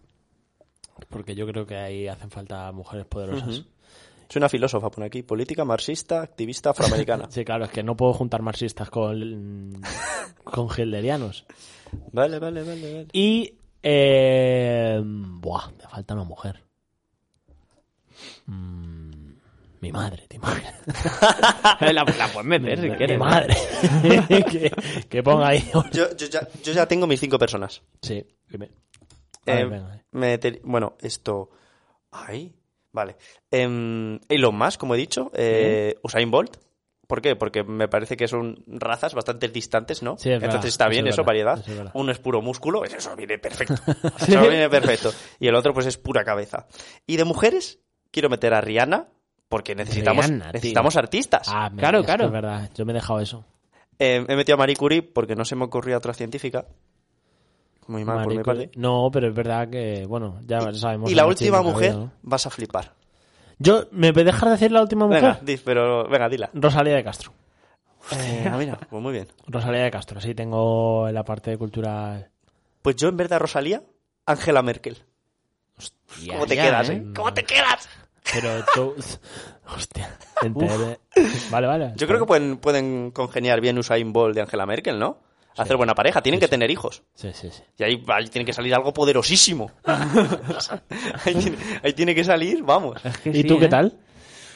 Speaker 3: Porque yo creo que ahí hacen falta mujeres poderosas.
Speaker 2: Soy una filósofa, pone aquí. Política, marxista, activista, afroamericana.
Speaker 3: Sí, claro, es que no puedo juntar marxistas con, con hitlerianos.
Speaker 2: vale, vale, vale, vale.
Speaker 3: Y... eh, buah, me falta una mujer. Mm, mi madre, te imaginas.
Speaker 4: la, la puedes meter si
Speaker 3: mi
Speaker 4: quieres.
Speaker 3: madre. que, que ponga ahí...
Speaker 2: Yo, yo ya, yo ya tengo mis cinco personas.
Speaker 3: Sí, dime. A ver,
Speaker 2: Eh,
Speaker 3: venga, eh.
Speaker 2: me te- bueno, esto. Ay, vale. Em, Elon Musk, como he dicho. eh, Usain Bolt. ¿Por qué? Porque me parece que son razas bastante distantes, ¿no?
Speaker 3: Sí, es
Speaker 2: Entonces
Speaker 3: verdad,
Speaker 2: está
Speaker 3: eso
Speaker 2: bien
Speaker 3: es
Speaker 2: eso,
Speaker 3: verdad,
Speaker 2: variedad.
Speaker 3: eso es verdad.
Speaker 2: Uno es puro músculo, pues eso viene perfecto. Eso viene perfecto. Y el otro, pues es pura cabeza. Y de mujeres, quiero meter a Rihanna, porque necesitamos,
Speaker 3: Rihanna, tío.
Speaker 2: necesitamos artistas.
Speaker 3: Ah, me-
Speaker 4: Claro,
Speaker 3: es que
Speaker 4: claro.
Speaker 3: Es verdad, yo me he dejado eso.
Speaker 2: Eh, he metido a Marie Curie porque no se me ocurría otra científica. Muy mal
Speaker 3: Marie
Speaker 2: por mi
Speaker 3: Curie.
Speaker 2: parte.
Speaker 3: No, pero es verdad que, bueno, ya sabemos.
Speaker 2: Y la
Speaker 3: el
Speaker 2: última
Speaker 3: machismo que ha
Speaker 2: mujer,
Speaker 3: habido, ¿no?
Speaker 2: vas a flipar.
Speaker 3: Yo, ¿me dejar decir la última mujer?
Speaker 2: Venga, di- pero venga, dila.
Speaker 3: Rosalía de Castro.
Speaker 2: Eh, ah, mira, pues muy bien.
Speaker 3: Rosalía de Castro, sí, tengo la parte cultural.
Speaker 2: Pues yo en verdad Rosalía, Angela Merkel. ¿Cómo te
Speaker 4: ya,
Speaker 2: quedas,
Speaker 4: ¿eh?
Speaker 2: eh? ¿Cómo te quedas?
Speaker 3: Pero tú. Hostia, enteré. Vale, vale.
Speaker 2: Yo creo que pueden, pueden congeniar bien Usain Bolt de Angela Merkel, ¿no? Hacer buena pareja, tienen que tener hijos.
Speaker 3: Sí, sí, sí.
Speaker 2: Y ahí, ahí tiene que salir algo poderosísimo. ahí, tiene, ahí tiene que salir, vamos.
Speaker 4: Que
Speaker 3: ¿Y
Speaker 4: sí,
Speaker 3: tú qué
Speaker 4: ¿eh?
Speaker 3: tal?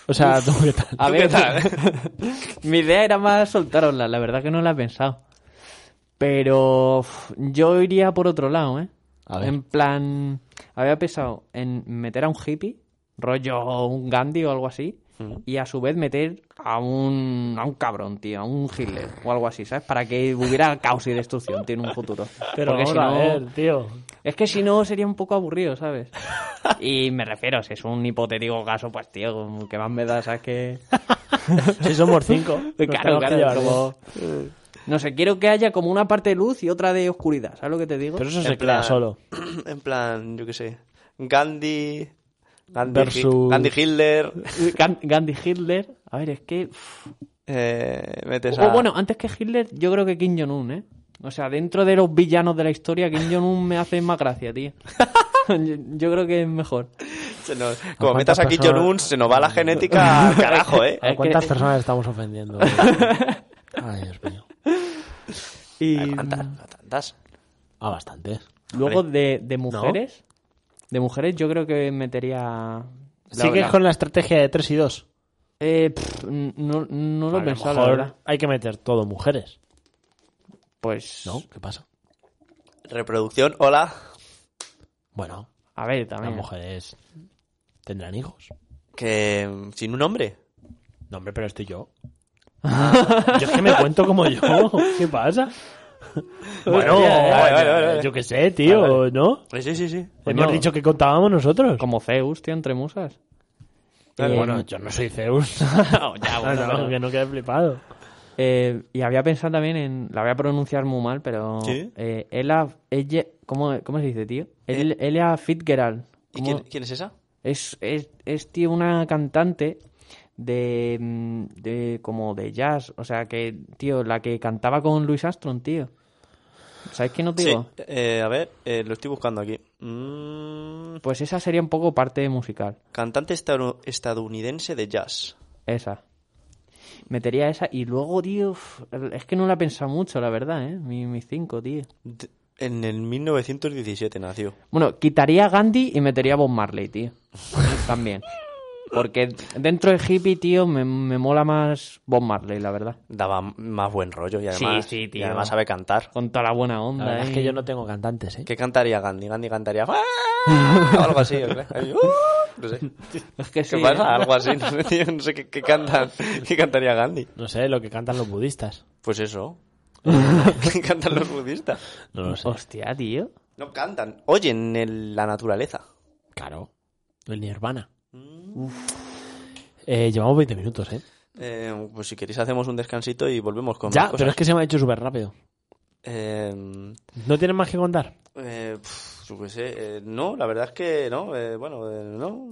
Speaker 3: O sea, ¿tú qué tal?
Speaker 4: A
Speaker 2: ¿Tú
Speaker 4: ver,
Speaker 2: qué tal?
Speaker 4: mi idea era más soltarosla, la verdad que no la he pensado. Pero uf, yo iría por otro lado, ¿eh?
Speaker 3: A ver.
Speaker 4: En plan, había pensado en meter a un hippie rollo un Gandhi o algo así, y a su vez meter a un, a un cabrón, tío, a un Hitler o algo así, ¿sabes? Para que hubiera caos y destrucción, tiene un futuro.
Speaker 3: Pero ¿eh?
Speaker 4: Porque si
Speaker 3: ahora,
Speaker 4: no-
Speaker 3: a ver, tío.
Speaker 4: es que si no sería un poco aburrido, ¿sabes? Y me refiero, si es un hipotético caso, pues tío, que más me da, ¿sabes qué?
Speaker 3: Si somos cinco. nos tenemos
Speaker 4: Claro,
Speaker 3: que
Speaker 4: claro,
Speaker 3: llevar
Speaker 4: como-
Speaker 3: bien.
Speaker 4: No sé, quiero que haya como una parte de luz y otra de oscuridad, ¿sabes lo que te digo?
Speaker 3: Pero eso
Speaker 2: En
Speaker 3: se
Speaker 2: plan-
Speaker 3: crea solo.
Speaker 2: En plan, yo qué sé. Gandhi. Gandhi,
Speaker 3: Versus-
Speaker 2: Gandhi Hitler.
Speaker 4: eh, Gan- Gandhi Hitler, a ver, es que... uf.
Speaker 2: Eh, metes
Speaker 4: O
Speaker 2: a.
Speaker 4: Oh, bueno, antes que Hitler, yo creo que Kim Jong-un, ¿eh? O sea, dentro de los villanos de la historia, Kim Jong-un me hace más gracia, tío. yo, yo creo que es mejor.
Speaker 2: se nos- como
Speaker 3: ¿A
Speaker 2: metas
Speaker 3: cuántas
Speaker 2: aquí John
Speaker 3: personas?
Speaker 2: Un, se nos va la genética al carajo, ¿eh?
Speaker 3: ¿A
Speaker 4: Es que-
Speaker 3: cuántas personas estamos ofendiendo? Ay, Dios mío.
Speaker 4: Y
Speaker 2: ¿A cuántas? ¿A tantas?
Speaker 3: A bastantes.
Speaker 4: luego de, de mujeres, de mujeres yo creo que metería...
Speaker 3: Sigues con la estrategia de 3 y 2.
Speaker 4: Eh, pff, no, no lo he pensado, la verdad.
Speaker 3: hay que meter todo mujeres.
Speaker 4: Pues,
Speaker 3: ¿No? ¿Qué pasa?
Speaker 2: Reproducción, hola.
Speaker 3: Bueno,
Speaker 4: a ver,
Speaker 3: las
Speaker 4: también.
Speaker 3: mujeres tendrán hijos.
Speaker 2: Que. mm, Sin un hombre.
Speaker 3: No, hombre, pero estoy yo. yo es que me cuento como yo. ¿Qué pasa? Bueno,
Speaker 4: eh.
Speaker 2: Hostia, vale, vale, vale, vale.
Speaker 3: yo qué sé, tío,
Speaker 2: Vale, vale.
Speaker 3: ¿no?
Speaker 2: Eh, Sí, sí, sí.
Speaker 3: Hemos
Speaker 4: Coño.
Speaker 3: dicho que contábamos nosotros.
Speaker 4: Como Zeus, tío, entre musas.
Speaker 3: Eh,
Speaker 4: Eh,
Speaker 3: bueno, yo no soy Zeus.
Speaker 2: Ah,
Speaker 4: no, Oh, ya, bueno,
Speaker 3: No, no,
Speaker 4: pero-
Speaker 3: que no quede flipado.
Speaker 4: Eh, y había pensado también en... La voy a pronunciar muy mal, pero...
Speaker 2: Sí. Eh.
Speaker 4: Eh, Ella... ella ¿cómo, ¿Cómo se dice, tío? El- Ella Fitzgerald.
Speaker 2: ¿Y
Speaker 4: ¿Cómo?
Speaker 2: quién, quién es esa?
Speaker 4: Es, es, es, tío, una cantante de, mm, de... Como de jazz. O sea, que, tío, la que cantaba con Louis Armstrong, tío. ¿Sabes qué no te
Speaker 2: Sí.
Speaker 4: digo?
Speaker 2: eh, a ver, eh, lo estoy buscando aquí. Mm,
Speaker 4: Pues esa sería un poco parte musical.
Speaker 2: cantante estadoun- estadounidense de jazz.
Speaker 4: Esa. Metería esa y luego, tío, uf, es que no la he pensado mucho, la verdad, ¿eh? Mi, mi cinco, tío.
Speaker 2: D- en el 1917 nació.
Speaker 4: Bueno, quitaría a Gandhi y metería a Bob Marley, tío. También. Porque dentro de hippie, tío, me, me mola más Bob Marley, la verdad.
Speaker 2: Daba más buen rollo y además,
Speaker 4: sí, tío.
Speaker 2: y además sabe cantar.
Speaker 4: Con toda la buena
Speaker 3: La
Speaker 4: onda,
Speaker 3: verdad es
Speaker 4: ¿eh?
Speaker 3: que yo no tengo cantantes, ¿eh?
Speaker 2: ¿Qué cantaría Gandhi? Gandhi cantaría... "Ah", O algo así, yo creo. Ahí, "Uh", no sé.
Speaker 4: Es que
Speaker 2: ¿Qué
Speaker 4: sí,
Speaker 2: pasa?
Speaker 4: ¿eh?
Speaker 2: Algo así. No sé, tío, no sé qué, qué cantan. ¿Qué cantaría Gandhi?
Speaker 3: No sé, lo que cantan los budistas.
Speaker 2: Pues eso. ¿Qué cantan los budistas?
Speaker 3: No lo sé.
Speaker 4: Hostia, tío.
Speaker 2: No cantan. Oyen el- la naturaleza.
Speaker 3: Claro. El Nirvana.
Speaker 4: Mm.
Speaker 3: Eh, llevamos 20 minutos, ¿eh?
Speaker 2: Eh, pues si queréis hacemos un descansito y volvemos con
Speaker 3: Ya,
Speaker 2: más cosas.
Speaker 3: pero es que se me ha hecho súper rápido.
Speaker 2: Eh,
Speaker 3: ¿No tienes más que contar?
Speaker 2: eh, pf, yo qué sé. eh, no, la verdad es que no. eh, bueno, eh, no.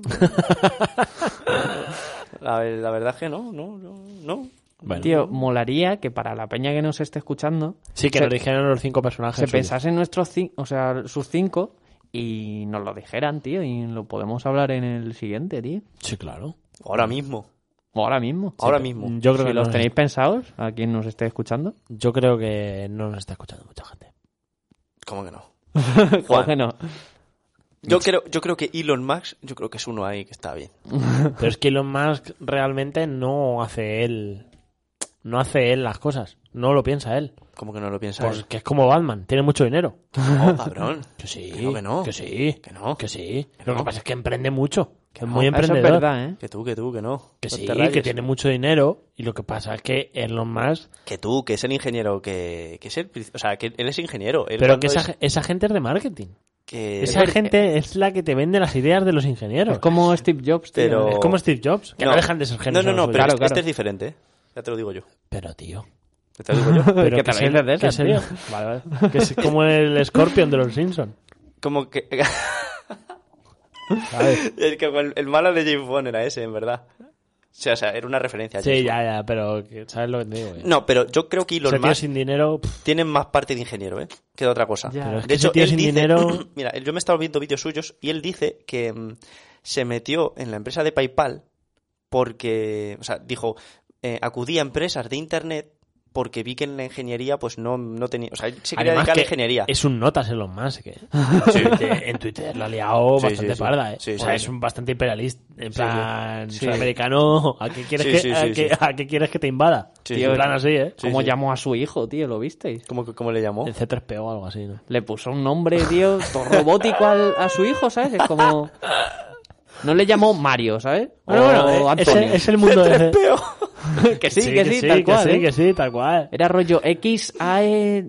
Speaker 2: la, ver- la verdad es que no, no, no. no.
Speaker 3: Bueno.
Speaker 4: Tío, molaría que para la peña que nos esté escuchando,
Speaker 3: sí, que
Speaker 4: se-
Speaker 3: nos dijeron los cinco personajes.
Speaker 4: se
Speaker 3: suyos.
Speaker 4: pensasen nuestros cinco, o sea, sus cinco y nos lo dijeran, tío, y lo podemos hablar en el siguiente, tío.
Speaker 3: Sí, claro.
Speaker 2: Ahora mismo.
Speaker 4: O ahora mismo.
Speaker 2: Ahora mismo.
Speaker 3: Yo creo,
Speaker 4: si
Speaker 3: que
Speaker 4: los
Speaker 3: no-
Speaker 4: tenéis pensados, a quien nos esté escuchando,
Speaker 3: yo creo que no nos está escuchando mucha gente.
Speaker 2: ¿Cómo que no?
Speaker 4: ¿por qué no?
Speaker 2: Yo creo, yo creo que Elon Musk, yo creo que es uno ahí que está bien.
Speaker 3: Pero es que Elon Musk realmente no hace él. No hace él las cosas. No lo piensa él.
Speaker 2: ¿Cómo que no lo piensas?
Speaker 3: Pues que es como Batman. Tiene mucho dinero.
Speaker 2: No, cabrón.
Speaker 3: Que sí.
Speaker 2: Que no, que no.
Speaker 3: sí.
Speaker 2: Que no.
Speaker 3: Que sí.
Speaker 2: Que
Speaker 3: Lo que
Speaker 2: no.
Speaker 3: pasa es que emprende mucho. Que es muy
Speaker 4: Eso es
Speaker 3: emprendedor.
Speaker 4: verdad, ¿eh?
Speaker 2: Que tú, que tú, que no.
Speaker 3: Que
Speaker 2: No
Speaker 3: sí,
Speaker 2: te rayes.
Speaker 3: que tiene mucho dinero. Y lo que pasa es que Elon Musk.
Speaker 2: Que tú, que es el ingeniero, que, que es el... pri- O sea, que él es ingeniero. Él
Speaker 3: Pero
Speaker 2: cuando
Speaker 3: que esa,
Speaker 2: es- Eh,
Speaker 3: esa gente es de marketing.
Speaker 2: que-
Speaker 3: Esa gente es la que te vende las ideas de los ingenieros.
Speaker 4: Es como Steve Jobs, tío.
Speaker 2: Pero-
Speaker 3: Es como Steve Jobs, que no, dejan de ser
Speaker 2: No,
Speaker 3: genios.
Speaker 2: no,
Speaker 3: a
Speaker 2: no,
Speaker 3: los
Speaker 2: pero
Speaker 3: suyos.
Speaker 2: este, este es diferente, ¿eh? Ya te lo digo yo. Este
Speaker 3: Pero, tío.
Speaker 2: ¿eh? Ya te lo digo yo.
Speaker 3: Pero
Speaker 4: que
Speaker 3: que es
Speaker 4: también
Speaker 3: el-
Speaker 4: es de
Speaker 3: que
Speaker 4: esas,
Speaker 3: es el- Vale, vale. Que es como el Scorpion de los Simpsons.
Speaker 2: Como que... el, que el, el malo de James Bond era ese, en verdad. O sea, o sea, era una referencia. a
Speaker 3: Sí,
Speaker 2: James
Speaker 3: ya, ya, pero que- ¿sabes lo que te digo? eh?
Speaker 2: Bond. No, pero yo creo que
Speaker 3: O
Speaker 2: Elon
Speaker 3: sea, tío
Speaker 2: Musk
Speaker 3: sin dinero, pff,
Speaker 2: tiene más parte de ingeniero, ¿eh? Que de otra cosa.
Speaker 4: Ya.
Speaker 3: Pero es
Speaker 2: de
Speaker 3: que ese
Speaker 2: hecho,
Speaker 3: tío
Speaker 2: él
Speaker 3: sin
Speaker 2: dice...
Speaker 3: dinero-
Speaker 2: Mira, yo me he estado viendo vídeos suyos y él dice que mm, se metió en la empresa de PayPal porque... O sea, dijo, eh, acudí a empresas de Internet porque vi que en la ingeniería pues no, no tenía... O sea, él se quería
Speaker 3: además
Speaker 2: dedicar a
Speaker 3: que
Speaker 2: la ingeniería.
Speaker 3: es un notas Elon Musk. que En Twitter la ha liado
Speaker 2: Sí,
Speaker 3: bastante
Speaker 2: sí, sí.
Speaker 3: parda, ¿eh?
Speaker 2: Sí,
Speaker 3: o
Speaker 2: sí,
Speaker 3: sea,
Speaker 2: sí.
Speaker 3: es un bastante imperialista. En plan,
Speaker 4: Sí.
Speaker 3: sudamericano, ¿a qué quieres,
Speaker 2: Sí,
Speaker 3: que,
Speaker 2: sí,
Speaker 3: a
Speaker 2: sí,
Speaker 3: qué-
Speaker 2: sí.
Speaker 3: a qué quieres que te invada?
Speaker 2: Sí,
Speaker 3: Tío,
Speaker 2: sí.
Speaker 3: en plan así, ¿eh?
Speaker 4: ¿Cómo
Speaker 2: sí.
Speaker 4: llamó a su hijo, tío? ¿Lo visteis?
Speaker 2: ¿Cómo, que- cómo le llamó?
Speaker 3: El C3PO o algo así, ¿no?
Speaker 4: Le puso un nombre, tío, todo robótico al- a su hijo, ¿sabes? Es como... No le llamó Mario, ¿sabes?
Speaker 3: Bueno,
Speaker 4: o
Speaker 3: bueno, eh,
Speaker 4: Ah, Antonio.
Speaker 3: es, es el mundo de...
Speaker 4: que sí, que sí, tal
Speaker 3: que
Speaker 4: cual.
Speaker 3: sí,
Speaker 4: ¿eh?
Speaker 3: que sí, tal cual.
Speaker 4: Era rollo X, A, E,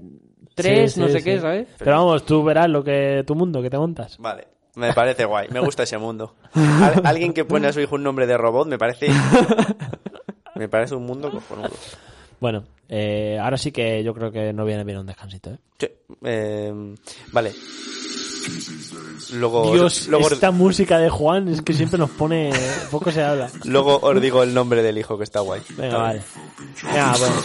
Speaker 4: 3,
Speaker 3: Sí,
Speaker 4: no
Speaker 3: sí,
Speaker 4: sé
Speaker 3: sí.
Speaker 4: qué, ¿sabes?
Speaker 3: Pero vamos, tú verás lo que tu mundo que te montas.
Speaker 2: Vale, me parece guay, me gusta ese mundo. Al- alguien que pone a su hijo un nombre de robot me parece. Me parece un mundo cojonudo.
Speaker 3: Bueno, eh, ahora sí que yo creo que no viene bien un descansito, ¿eh?
Speaker 2: Sí, eh, vale. Luego,
Speaker 3: Dios,
Speaker 2: luego,
Speaker 3: esta música de Juan es que siempre nos pone... Poco se habla.
Speaker 2: luego os digo el nombre del hijo que está guay.
Speaker 3: Venga,
Speaker 2: Está
Speaker 3: vale.
Speaker 2: bien.
Speaker 3: Venga, bueno.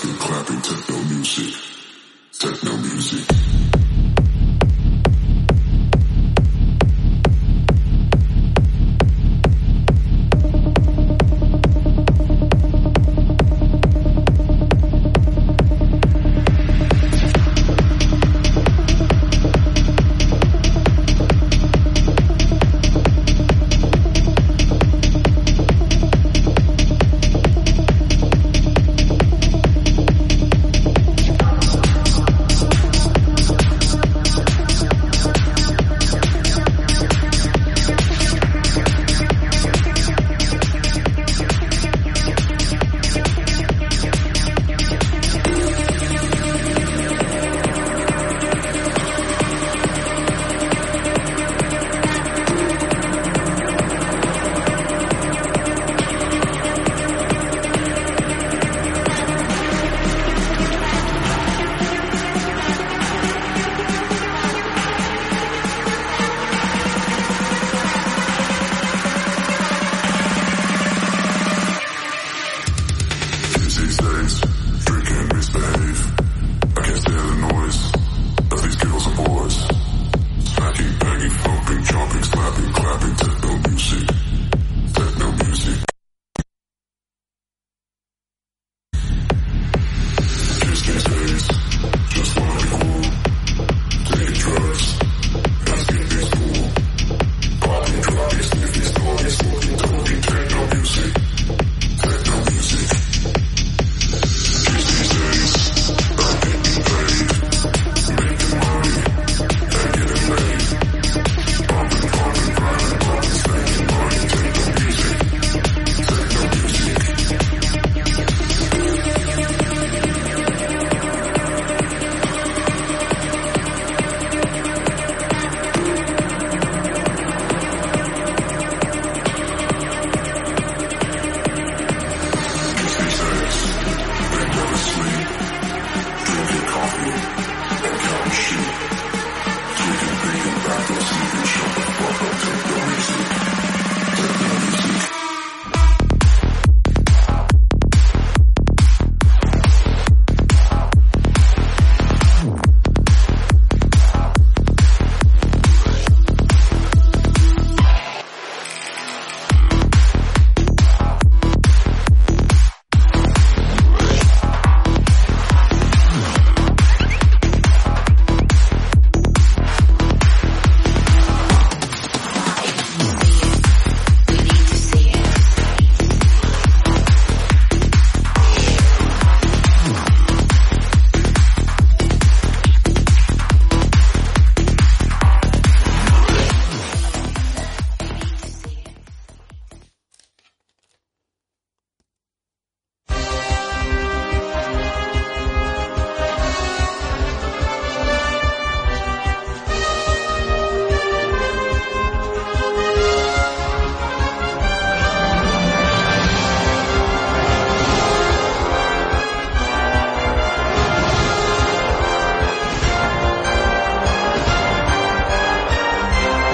Speaker 5: These days, drinking misbehave. I can't stand the noise of these girls and boys. Smacking, banging, thumping, jumping, slapping, clapping, techno music. Techno music. Kids these days, just wanna be cool. Taking drugs, asking be cool. Popping, drugging, sniffing, snorting, smoking, talking, techno music. Techno music.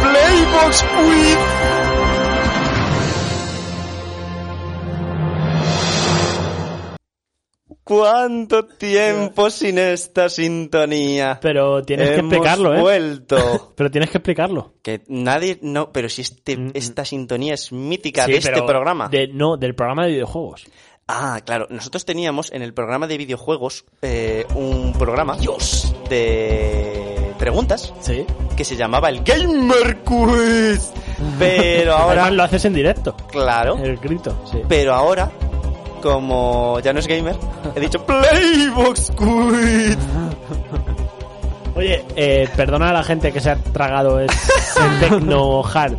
Speaker 2: Playbox Quiz. ¿Cuánto tiempo sin esta sintonía?
Speaker 3: Pero tienes que
Speaker 2: Hemos
Speaker 3: explicarlo, ¿eh?
Speaker 2: vuelto.
Speaker 3: Pero tienes que explicarlo.
Speaker 2: Que nadie... No, pero si este, esta sintonía es mítica de este
Speaker 3: Mm, pero
Speaker 2: programa.
Speaker 3: de- no, del programa de videojuegos.
Speaker 2: Ah, claro. Nosotros teníamos en el programa de videojuegos eh, un programa de preguntas
Speaker 3: Sí.
Speaker 2: que se llamaba el Gamer Quiz. Pero
Speaker 3: Ahora
Speaker 2: ahora...
Speaker 3: lo haces en directo.
Speaker 2: Claro.
Speaker 3: El grito, sí.
Speaker 2: Pero ahora, como ya no es gamer, he dicho Playbox Quiz.
Speaker 3: Oye, eh, perdona a la gente que se ha tragado ese tecno hard.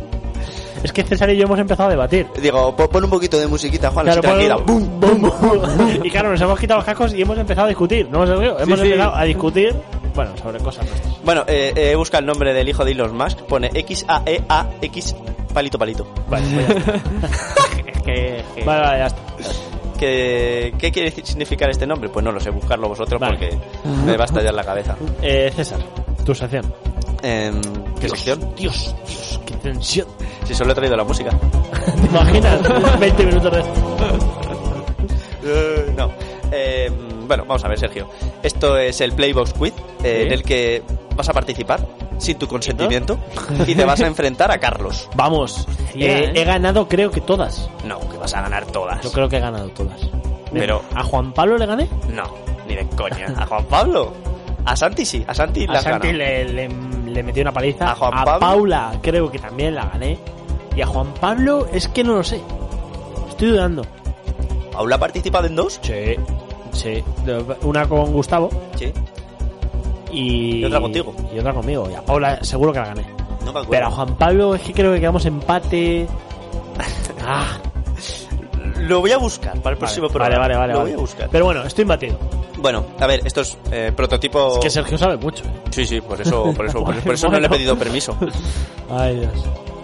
Speaker 3: Es que César y yo hemos empezado a debatir.
Speaker 2: Digo, po- pon un poquito de musiquita, Juan, así
Speaker 3: pon-
Speaker 2: tranquila. ¡Bum!
Speaker 3: bum, bum. Y claro, nos hemos quitado los cascos y hemos empezado a discutir. No hemos, hemos
Speaker 2: sí.
Speaker 3: empezado a discutir, bueno, sobre cosas nuestras.
Speaker 2: Bueno, eh, eh, busca el nombre del hijo de Elon Musk, pone X-A-E-A-X palito palito.
Speaker 3: Vale, pues ya está.
Speaker 4: Es que, es que-
Speaker 3: vale, vale, ya está.
Speaker 2: ¿Qué, qué quiere decir- significar este nombre? Pues no lo sé, buscarlo vosotros
Speaker 3: Vale.
Speaker 2: porque me va a estallar la cabeza.
Speaker 3: Eh, César, tu sección.
Speaker 2: Em, ¿Qué sección?
Speaker 3: Dios, Dios, qué tensión.
Speaker 2: Si solo he traído la música.
Speaker 3: ¿Te imaginas? 20 minutos de esto.
Speaker 2: Eh, no. Eh, bueno, vamos a ver, Sergio. Esto es el Playbox Quiz, eh,
Speaker 3: Sí.
Speaker 2: en el que vas a participar sin tu consentimiento y te vas a enfrentar a Carlos.
Speaker 3: Vamos, eh,
Speaker 4: ¿eh?
Speaker 3: he ganado creo que todas.
Speaker 2: No, que vas a ganar todas.
Speaker 3: Yo creo que he ganado todas.
Speaker 2: Pero-
Speaker 3: ¿A Juan Pablo le gané?
Speaker 2: No, ni de coña. A Juan Pablo. A Santi sí, a Santi la
Speaker 3: a Santi le, le, le metí una paliza.
Speaker 2: ¿A Juan Pablo?
Speaker 3: Paula creo que también la gané. Y a Juan Pablo es que no lo sé. Estoy dudando.
Speaker 2: ¿Paula ha participado en dos?
Speaker 3: Sí, sí. Una con Gustavo
Speaker 2: Sí.
Speaker 3: y...
Speaker 2: Y otra contigo.
Speaker 3: Y otra conmigo. Y a Paula seguro que la gané.
Speaker 2: No me acuerdo.
Speaker 3: Pero a Juan Pablo es que creo que quedamos empate. Ah,
Speaker 2: Lo voy a buscar para el próximo
Speaker 3: vale,
Speaker 2: programa.
Speaker 3: vale, vale, vale.
Speaker 2: Lo
Speaker 3: vale.
Speaker 2: voy a buscar.
Speaker 3: Pero bueno, estoy imbatido.
Speaker 2: Bueno, a ver, esto es eh, prototipo...
Speaker 3: Es que Sergio sabe mucho. ¿eh?
Speaker 2: Sí, sí, por eso, por eso, por eso, por eso no le he
Speaker 3: Bueno.
Speaker 2: pedido permiso.
Speaker 3: Ay, Dios.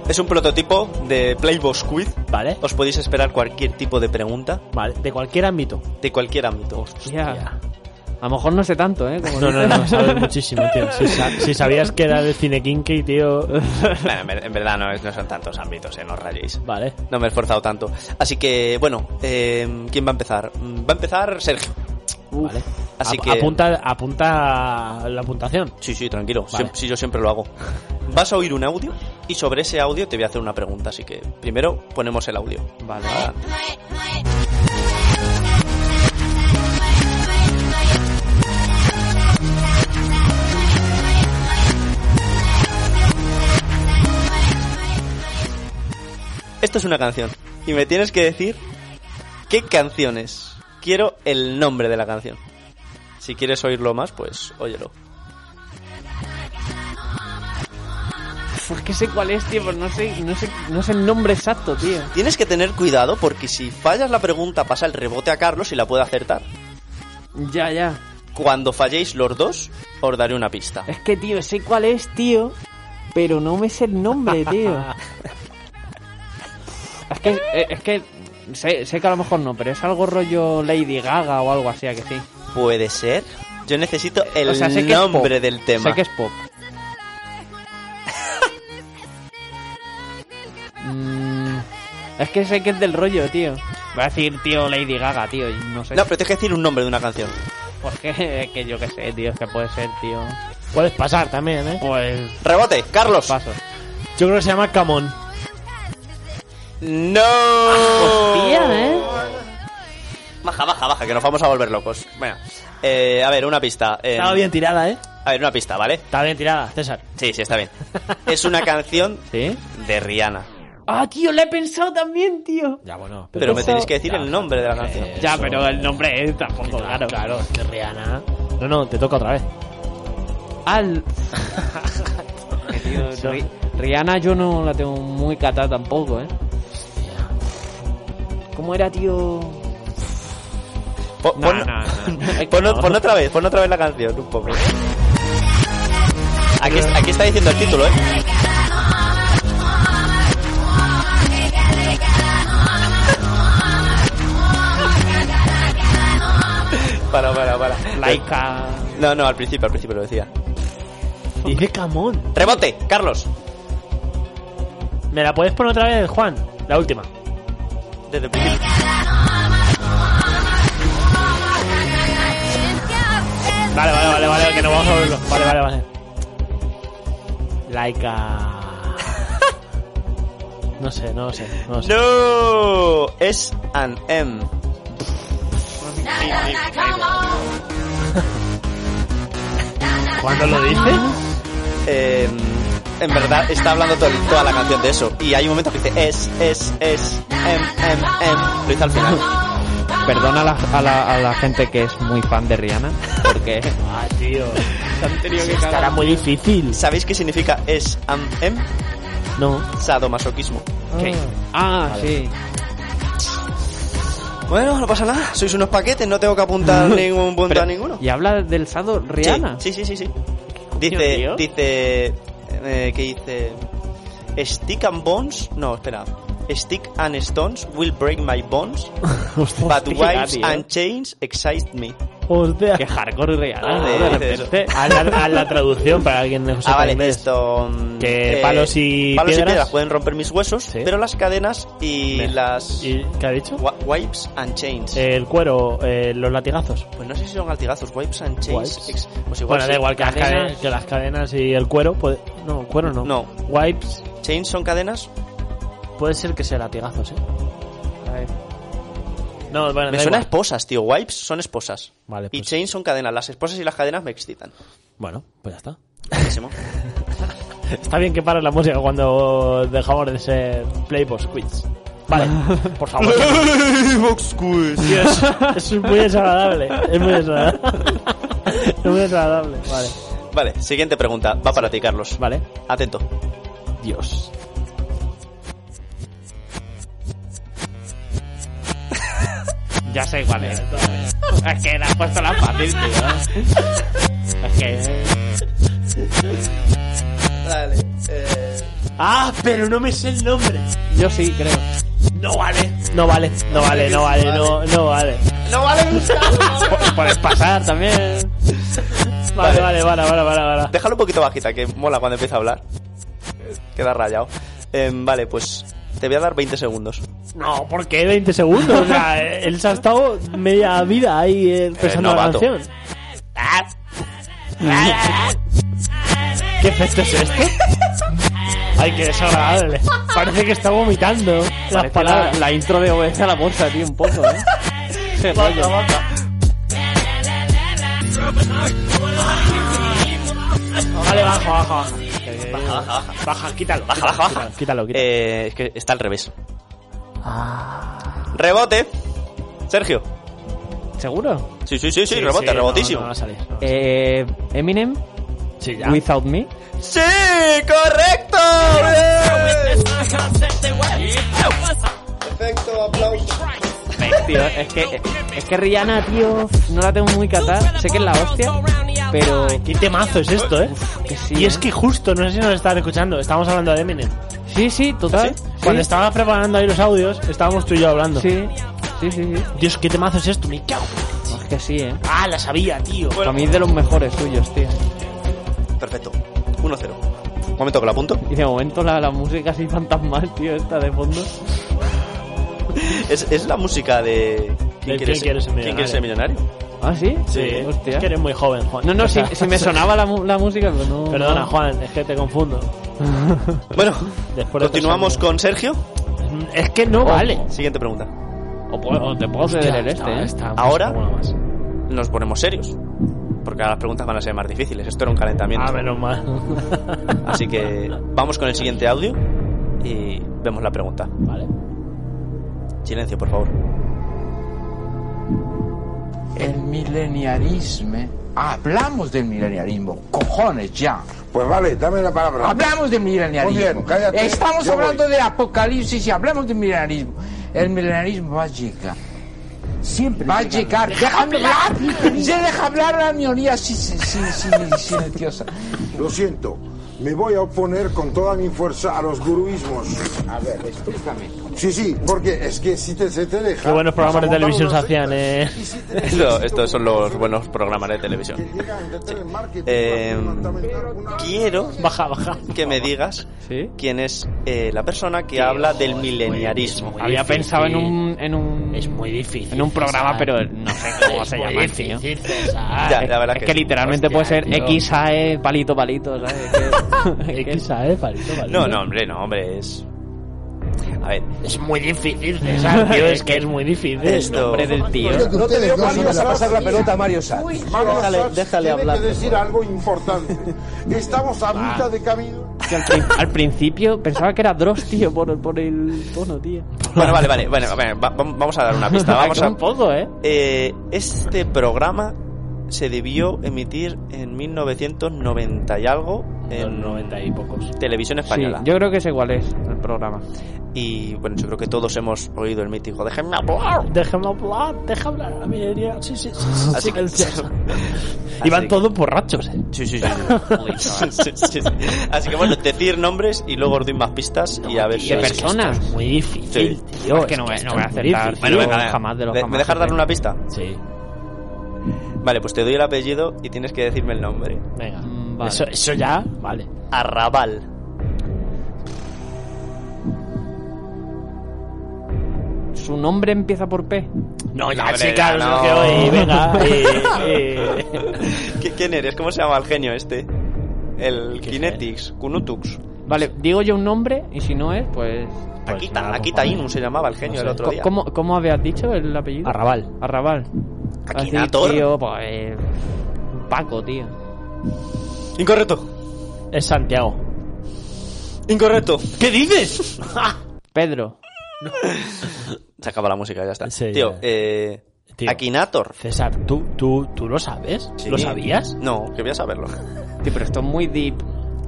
Speaker 2: Es un prototipo de Playbox Quiz.
Speaker 3: Vale,
Speaker 2: Os podéis esperar cualquier tipo de pregunta
Speaker 3: vale. De cualquier ámbito.
Speaker 2: de cualquier ámbito.
Speaker 4: Ya. A lo mejor no sé tanto, ¿eh? Como
Speaker 3: No, no, no, sabes muchísimo, tío. Si, sa- si sabías que era de cine kinky, tío.
Speaker 2: Nah, en ver- en verdad no, es- no son tantos ámbitos, eh, no os rayéis.
Speaker 3: Vale.
Speaker 2: No me he esforzado tanto. Así que, bueno, eh, ¿quién va a empezar? Mm, Va a empezar Sergio.
Speaker 3: vale.
Speaker 2: Así
Speaker 3: A-
Speaker 2: que-
Speaker 3: apunta, apunta la puntuación.
Speaker 2: Sí, sí, tranquilo.
Speaker 3: Vale.
Speaker 2: Siem- sí, yo siempre lo hago. Vas a oír un audio y sobre ese audio te voy a hacer una pregunta. Así que primero ponemos el audio.
Speaker 4: Vale.
Speaker 2: Ah, Esto es una canción. Y me tienes que decir qué canciones. Quiero el nombre de la canción. Si quieres oírlo más, pues óyelo.
Speaker 4: Es que sé cuál es, tío, pero no sé, no sé, no sé el nombre exacto, tío.
Speaker 2: Tienes que tener cuidado porque si fallas la pregunta pasa el rebote a Carlos y la puede acertar.
Speaker 4: Ya, ya.
Speaker 2: Cuando falléis los dos, os daré una pista.
Speaker 4: Es que, tío, sé cuál es, tío, pero no me sé el nombre, tío. es que, eh, es que sé, sé que a lo mejor no, pero es algo rollo Lady Gaga o algo así, ¿a que sí.
Speaker 2: ¿Puede ser? Yo necesito el
Speaker 4: o sea, sé que es
Speaker 2: nombre
Speaker 4: pop.
Speaker 2: del tema.
Speaker 4: Sé que es pop. Mm, es que sé que es del rollo, tío. Voy a decir, tío, Lady Gaga, tío, y no sé.
Speaker 2: No, pero tienes que decir un nombre de una canción.
Speaker 4: Porque es que yo qué sé, tío, es que puede ser, tío.
Speaker 3: Puedes pasar también, ¿eh?
Speaker 4: Pues
Speaker 2: ¡Rebote! ¡Carlos!
Speaker 4: paso.
Speaker 3: Yo creo que se llama Camón.
Speaker 2: ¡No!
Speaker 4: Hostia, ¿eh?
Speaker 2: Baja, baja, baja, que nos vamos a volver locos. Bueno, eh, a ver, una pista. eh,
Speaker 3: Estaba bien tirada, ¿eh?
Speaker 2: A ver, una pista, ¿vale?
Speaker 3: Está bien tirada, César.
Speaker 2: Sí, sí, está bien. es una canción
Speaker 4: ¿Sí?
Speaker 2: de Rihanna.
Speaker 4: Ah, tío, la he pensado también, tío.
Speaker 3: Ya, bueno.
Speaker 2: Pero, me tenéis que decir el nombre de la canción.
Speaker 4: Ya, pero el nombre es tampoco,
Speaker 3: Claro,
Speaker 4: claro.
Speaker 3: claro, es que Rihanna. No, no, te toca otra vez.
Speaker 4: Al. Que, tío, Ri- Rihanna yo no la tengo muy catada tampoco, ¿eh? ¿Cómo era, tío?
Speaker 2: Po-
Speaker 4: No,
Speaker 2: pon,
Speaker 4: no, no, no. Es que
Speaker 2: pon-
Speaker 4: no.
Speaker 2: pon otra vez, pon otra vez la canción un poco. Aquí, aquí está diciendo el título, ¿eh? Para, para, para.
Speaker 4: Laika.
Speaker 2: No, no, al principio, al principio lo decía.
Speaker 3: Dice Camón.
Speaker 2: Rebote, Carlos.
Speaker 3: ¿Me la puedes poner otra vez, Juan? La última.
Speaker 2: Desde el principio.
Speaker 3: Vale, vale, vale, vale, que nos vamos a volverlo. Vale, vale, vale. Laika. No sé, no sé, no sé.
Speaker 2: No, es an M.
Speaker 3: ¿Cuándo lo dice?
Speaker 2: Eh, en verdad está hablando todo- toda la canción de eso. Y hay un momento que dice es, es, es, em, em, em. Lo hice al final.
Speaker 4: Perdona a la, a, la, a la gente que es muy fan de Rihanna, porque
Speaker 3: Ah, tío.
Speaker 4: han tenido que
Speaker 3: Estará muy difícil.
Speaker 2: ¿Sabéis qué significa es, am, em?
Speaker 3: No.
Speaker 2: Sadomasoquismo.
Speaker 4: Ah, sí.
Speaker 2: Bueno, no pasa nada. Sois unos paquetes, no tengo que apuntar ningún punto
Speaker 4: Pero-
Speaker 2: a ninguno.
Speaker 4: Y habla del Sado
Speaker 2: Sí,
Speaker 4: Rihanna.
Speaker 2: Sí, sí, sí, sí.
Speaker 4: coño,
Speaker 2: Dice,
Speaker 4: tío?
Speaker 2: dice, eh, que dice, Stick and bones, no, espera, Stick and stones will break my bones, but
Speaker 4: Hostia,
Speaker 2: wives
Speaker 4: tío.
Speaker 2: and chains excite me.
Speaker 3: Hostia.
Speaker 4: Qué hardcore Rihanna, ¿eh?
Speaker 2: Ah,
Speaker 4: ¿no?
Speaker 2: dice
Speaker 4: De
Speaker 2: eso.
Speaker 4: repente.
Speaker 3: A la, a la traducción para alguien no
Speaker 2: Ah,
Speaker 3: sepa
Speaker 2: vale,
Speaker 3: inglés.
Speaker 2: esto... mm,
Speaker 3: Que palos y
Speaker 2: palos
Speaker 3: piedras.
Speaker 2: y piedras pueden romper mis huesos,
Speaker 3: Sí.
Speaker 2: pero las cadenas y
Speaker 3: Bien.
Speaker 2: las
Speaker 3: ¿Y qué ha dicho?
Speaker 2: wi- wipes and chains.
Speaker 3: El cuero, eh, los latigazos.
Speaker 2: Pues no sé si son altigazos, wipes and chains.
Speaker 3: Wipes.
Speaker 2: ex- pues igual
Speaker 3: Bueno,
Speaker 2: sí.
Speaker 3: da igual que las,
Speaker 4: Cadenas.
Speaker 3: cadenas, que las cadenas y el cuero. puede- No, cuero no.
Speaker 2: No.
Speaker 3: Wipes
Speaker 2: Chains son cadenas.
Speaker 3: puede ser que sea latigazos, ¿eh?
Speaker 4: A ver.
Speaker 3: No, bueno,
Speaker 2: Me
Speaker 3: da
Speaker 2: suena a
Speaker 3: igual.
Speaker 2: esposas, tío. Wipes son esposas.
Speaker 3: Vale,
Speaker 2: Y
Speaker 3: pues-
Speaker 2: chains son cadenas. Las esposas y las cadenas me excitan.
Speaker 3: Bueno, pues ya está.
Speaker 2: Buenísimo.
Speaker 3: Está bien que pares la música cuando dejamos de ser Playbox Quiz. Vale, por favor. Dios, es muy desagradable. Es muy desagradable. Es muy desagradable. Vale.
Speaker 2: Vale, siguiente pregunta. Va para ti, Carlos.
Speaker 3: Vale.
Speaker 2: Atento.
Speaker 3: Dios.
Speaker 4: Ya sé cuál es. Es que le has puesto la fácil, tío. Es que.
Speaker 2: Vale.
Speaker 3: Ah, pero no me sé el nombre.
Speaker 4: Yo sí, creo.
Speaker 3: No vale. No vale, no vale, no vale, no, no vale.
Speaker 2: ¡No vale
Speaker 4: Puedes pasar también.
Speaker 3: Vale, vale, vale, vale, vale, vale.
Speaker 2: Déjalo un poquito bajita, que mola cuando empieza a hablar. Queda rayado. Em, vale, pues te voy a dar 20 segundos.
Speaker 3: No, ¿por qué 20 segundos? O sea, él se ha estado media vida ahí eh, pensando en la
Speaker 2: novato.
Speaker 3: canción. ¿Qué efecto es este? Ay, qué desagradable. Parece que está vomitando las
Speaker 4: Parece la,
Speaker 3: palabras.
Speaker 4: la intro de OBS a la bolsa, tío, un poco, ¿eh? Ese rollo.
Speaker 3: Vale, baja, baja, baja. Baja, quítalo. Baja,
Speaker 2: baja,
Speaker 3: Quítalo,
Speaker 2: baja.
Speaker 3: quítalo. quítalo.
Speaker 2: Eh, es que está al revés. Ah. Rebote. Sergio.
Speaker 4: ¿Seguro?
Speaker 2: Sí, sí, sí, sí, rebote,
Speaker 3: no,
Speaker 2: rebotísimo.
Speaker 3: no va a salir, no.
Speaker 4: Eh, Eminem,
Speaker 3: Sí, ya.
Speaker 4: Without Me.
Speaker 2: ¡Sí! ¡Correcto! ¡Bien! Perfecto, aplauso.
Speaker 4: Tío, es que, es que Rihanna, tío, no la tengo muy catar. Sé que es la hostia, pero
Speaker 3: ¿Qué temazo es esto, eh?
Speaker 4: que sí.
Speaker 3: Y es
Speaker 4: ¿eh?
Speaker 3: que justo, no sé si nos están escuchando, estábamos hablando de Eminem.
Speaker 4: Sí, sí, total.
Speaker 3: Sí.
Speaker 4: Sí,
Speaker 3: Cuando estaba preparando ahí los audios, estábamos tú y yo hablando.
Speaker 4: Sí, sí, sí. sí.
Speaker 3: Dios, qué temazo es esto, me cago.
Speaker 4: Es que sí, eh.
Speaker 3: Ah, la sabía, tío.
Speaker 4: Para mí es de los mejores suyos, tío.
Speaker 2: Perfecto. 1-0. Un momento que lo apunto.
Speaker 4: Y de momento la, la música así fantasmal, tío, esta de fondo.
Speaker 2: Es, es la música de.
Speaker 3: ¿De quién quiere ser
Speaker 2: ¿Quién quiere ser millonario?
Speaker 4: ¿Ah, sí?
Speaker 2: Sí.
Speaker 4: Hostia.
Speaker 3: Es que eres muy joven, Juan.
Speaker 4: No,
Speaker 3: O
Speaker 4: no, si,
Speaker 3: sea,
Speaker 4: si me sonaba la, mu- la música, pero no.
Speaker 3: Perdona,
Speaker 4: no.
Speaker 3: Juan, es que te confundo.
Speaker 2: Bueno,
Speaker 3: Después de
Speaker 2: continuamos con Sergio.
Speaker 3: con. Es que no vale.
Speaker 2: Siguiente pregunta.
Speaker 4: O, puedo- o te puedo ceder el este, eh.
Speaker 2: Ahora nos ponemos serios. Porque ahora las preguntas van a ser más difíciles. Esto era un calentamiento.
Speaker 3: Ah, menos mal.
Speaker 2: Así que vamos con el siguiente audio y vemos la pregunta.
Speaker 3: Vale.
Speaker 2: Silencio, por favor.
Speaker 6: El milenialismo. Hablamos del milenialismo. Cojones ya.
Speaker 7: Pues vale, dame la palabra.
Speaker 6: Hablamos del milenialismo.
Speaker 7: Muy bien, cállate,
Speaker 6: Estamos
Speaker 7: yo
Speaker 6: hablando
Speaker 7: voy.
Speaker 6: de apocalipsis y hablamos del milenialismo. El milenialismo va a llegar. Siempre va a llegar. Déjame hablar. Ya deja hablar a la minoría sin sí, sí, sí, sí, nerviosa.
Speaker 7: Lo siento, me voy a oponer con toda mi fuerza a los guruismos. A ver, explícame. Sí, sí, porque es que si te, se te deja...
Speaker 3: Qué buenos programas de televisión se hacían, eh.
Speaker 2: Esto- estos son los buenos programas de televisión.
Speaker 7: Em,
Speaker 2: Eh, Quiero
Speaker 3: Baja, baja.
Speaker 2: que me digas
Speaker 4: Sí.
Speaker 2: quién es eh, la persona que habla
Speaker 3: oh,
Speaker 2: del mileniarismo.
Speaker 4: Había pensado en un, en un.
Speaker 3: Es muy difícil.
Speaker 4: En un programa, pero no sé cómo se llama, tío.
Speaker 2: Ya, la verdad
Speaker 4: es
Speaker 2: que
Speaker 4: que,
Speaker 2: sí.
Speaker 4: literalmente puede ser
Speaker 3: tío.
Speaker 4: XAE palito palito, ¿sabes? Es que- es que-
Speaker 3: XA, eh, palito, palito.
Speaker 2: No, no, hombre, no, hombre, es. A ver,
Speaker 3: Es muy difícil, César, tío. Es que es muy difícil.
Speaker 2: Esto-
Speaker 3: Hombre del tío.
Speaker 7: No te veo pasar la pelota a Mario
Speaker 6: Sanz.
Speaker 7: déjale, hablar. Tiene que decir algo importante. Estamos a mitad de camino.
Speaker 4: que al, prin- al principio pensaba que era Dross, tío, por, por el tono, tío.
Speaker 2: bueno, vale, vale, bueno, a ver, va- vam- vamos a dar una pista. Vamos a.
Speaker 4: Un poco, ¿eh?
Speaker 2: Eh, este programa se debió emitir en 1990 y algo en
Speaker 8: 90 y pocos.
Speaker 2: televisión
Speaker 4: Sí,
Speaker 2: española.
Speaker 4: yo creo que es igual es el programa.
Speaker 2: Y bueno, yo creo que todos hemos oído el mítico Déjenme hablar.
Speaker 8: Déjame hablar, deja hablar a la minería. Sí, sí, sí. sí,
Speaker 2: Así que-
Speaker 8: silenciosa.
Speaker 2: Así
Speaker 8: Y van
Speaker 2: que-
Speaker 8: todos borrachos, eh.
Speaker 2: Sí, sí, sí. Sí, sí, sí. Así que bueno, decir nombres y luego os doy más pistas y a ver si...
Speaker 4: de personas.
Speaker 8: Muy difícil,
Speaker 2: Sí.
Speaker 8: tío.
Speaker 4: Es que no voy- no voy a acertar.
Speaker 8: difícil.
Speaker 2: Bueno,
Speaker 4: Yo
Speaker 2: venga, venga.
Speaker 4: jamás de los
Speaker 2: ¿Me-
Speaker 4: jamás,
Speaker 2: ¿Me dejas dar
Speaker 4: eh.
Speaker 2: una pista?
Speaker 8: Sí,
Speaker 2: Vale, pues te doy el apellido y tienes que decirme el nombre.
Speaker 8: venga.
Speaker 4: Mm, vale.
Speaker 8: Eso, eso ya, vale.
Speaker 2: Arrabal.
Speaker 4: Su nombre empieza por P.
Speaker 8: No, ya,
Speaker 2: hombre,
Speaker 8: sí,
Speaker 2: ya,
Speaker 8: claro,
Speaker 2: no.
Speaker 8: Sergio, y venga. eh, eh.
Speaker 2: ¿Qui- ¿Quién eres? ¿Cómo se llama el genio este? El
Speaker 8: ¿Qué
Speaker 2: Kinetics, Kunutux.
Speaker 4: Vale, digo yo un nombre y si no es, pues.
Speaker 8: Pues
Speaker 2: Akita,
Speaker 8: nada,
Speaker 2: Akita
Speaker 8: cojones.
Speaker 2: Inu se llamaba el genio
Speaker 8: No sé,
Speaker 2: el otro
Speaker 4: Co-
Speaker 2: día.
Speaker 4: ¿Cómo, cómo habías dicho el apellido?
Speaker 8: Arrabal.
Speaker 4: Arrabal.
Speaker 2: Akinator.
Speaker 4: tío, pues. eh, Paco, tío.
Speaker 2: Incorrecto.
Speaker 8: Es Santiago.
Speaker 2: Incorrecto.
Speaker 8: ¿Qué dices?
Speaker 4: Pedro.
Speaker 2: Se acaba la música, ya está.
Speaker 8: Sí,
Speaker 2: Tío,
Speaker 8: ya.
Speaker 2: eh.
Speaker 8: Tío.
Speaker 2: Akinator.
Speaker 8: César, ¿tú, tú, tú lo sabes?
Speaker 2: Sí.
Speaker 8: ¿Lo sabías?
Speaker 2: No, quería saberlo.
Speaker 4: Tío, pero esto es muy deep.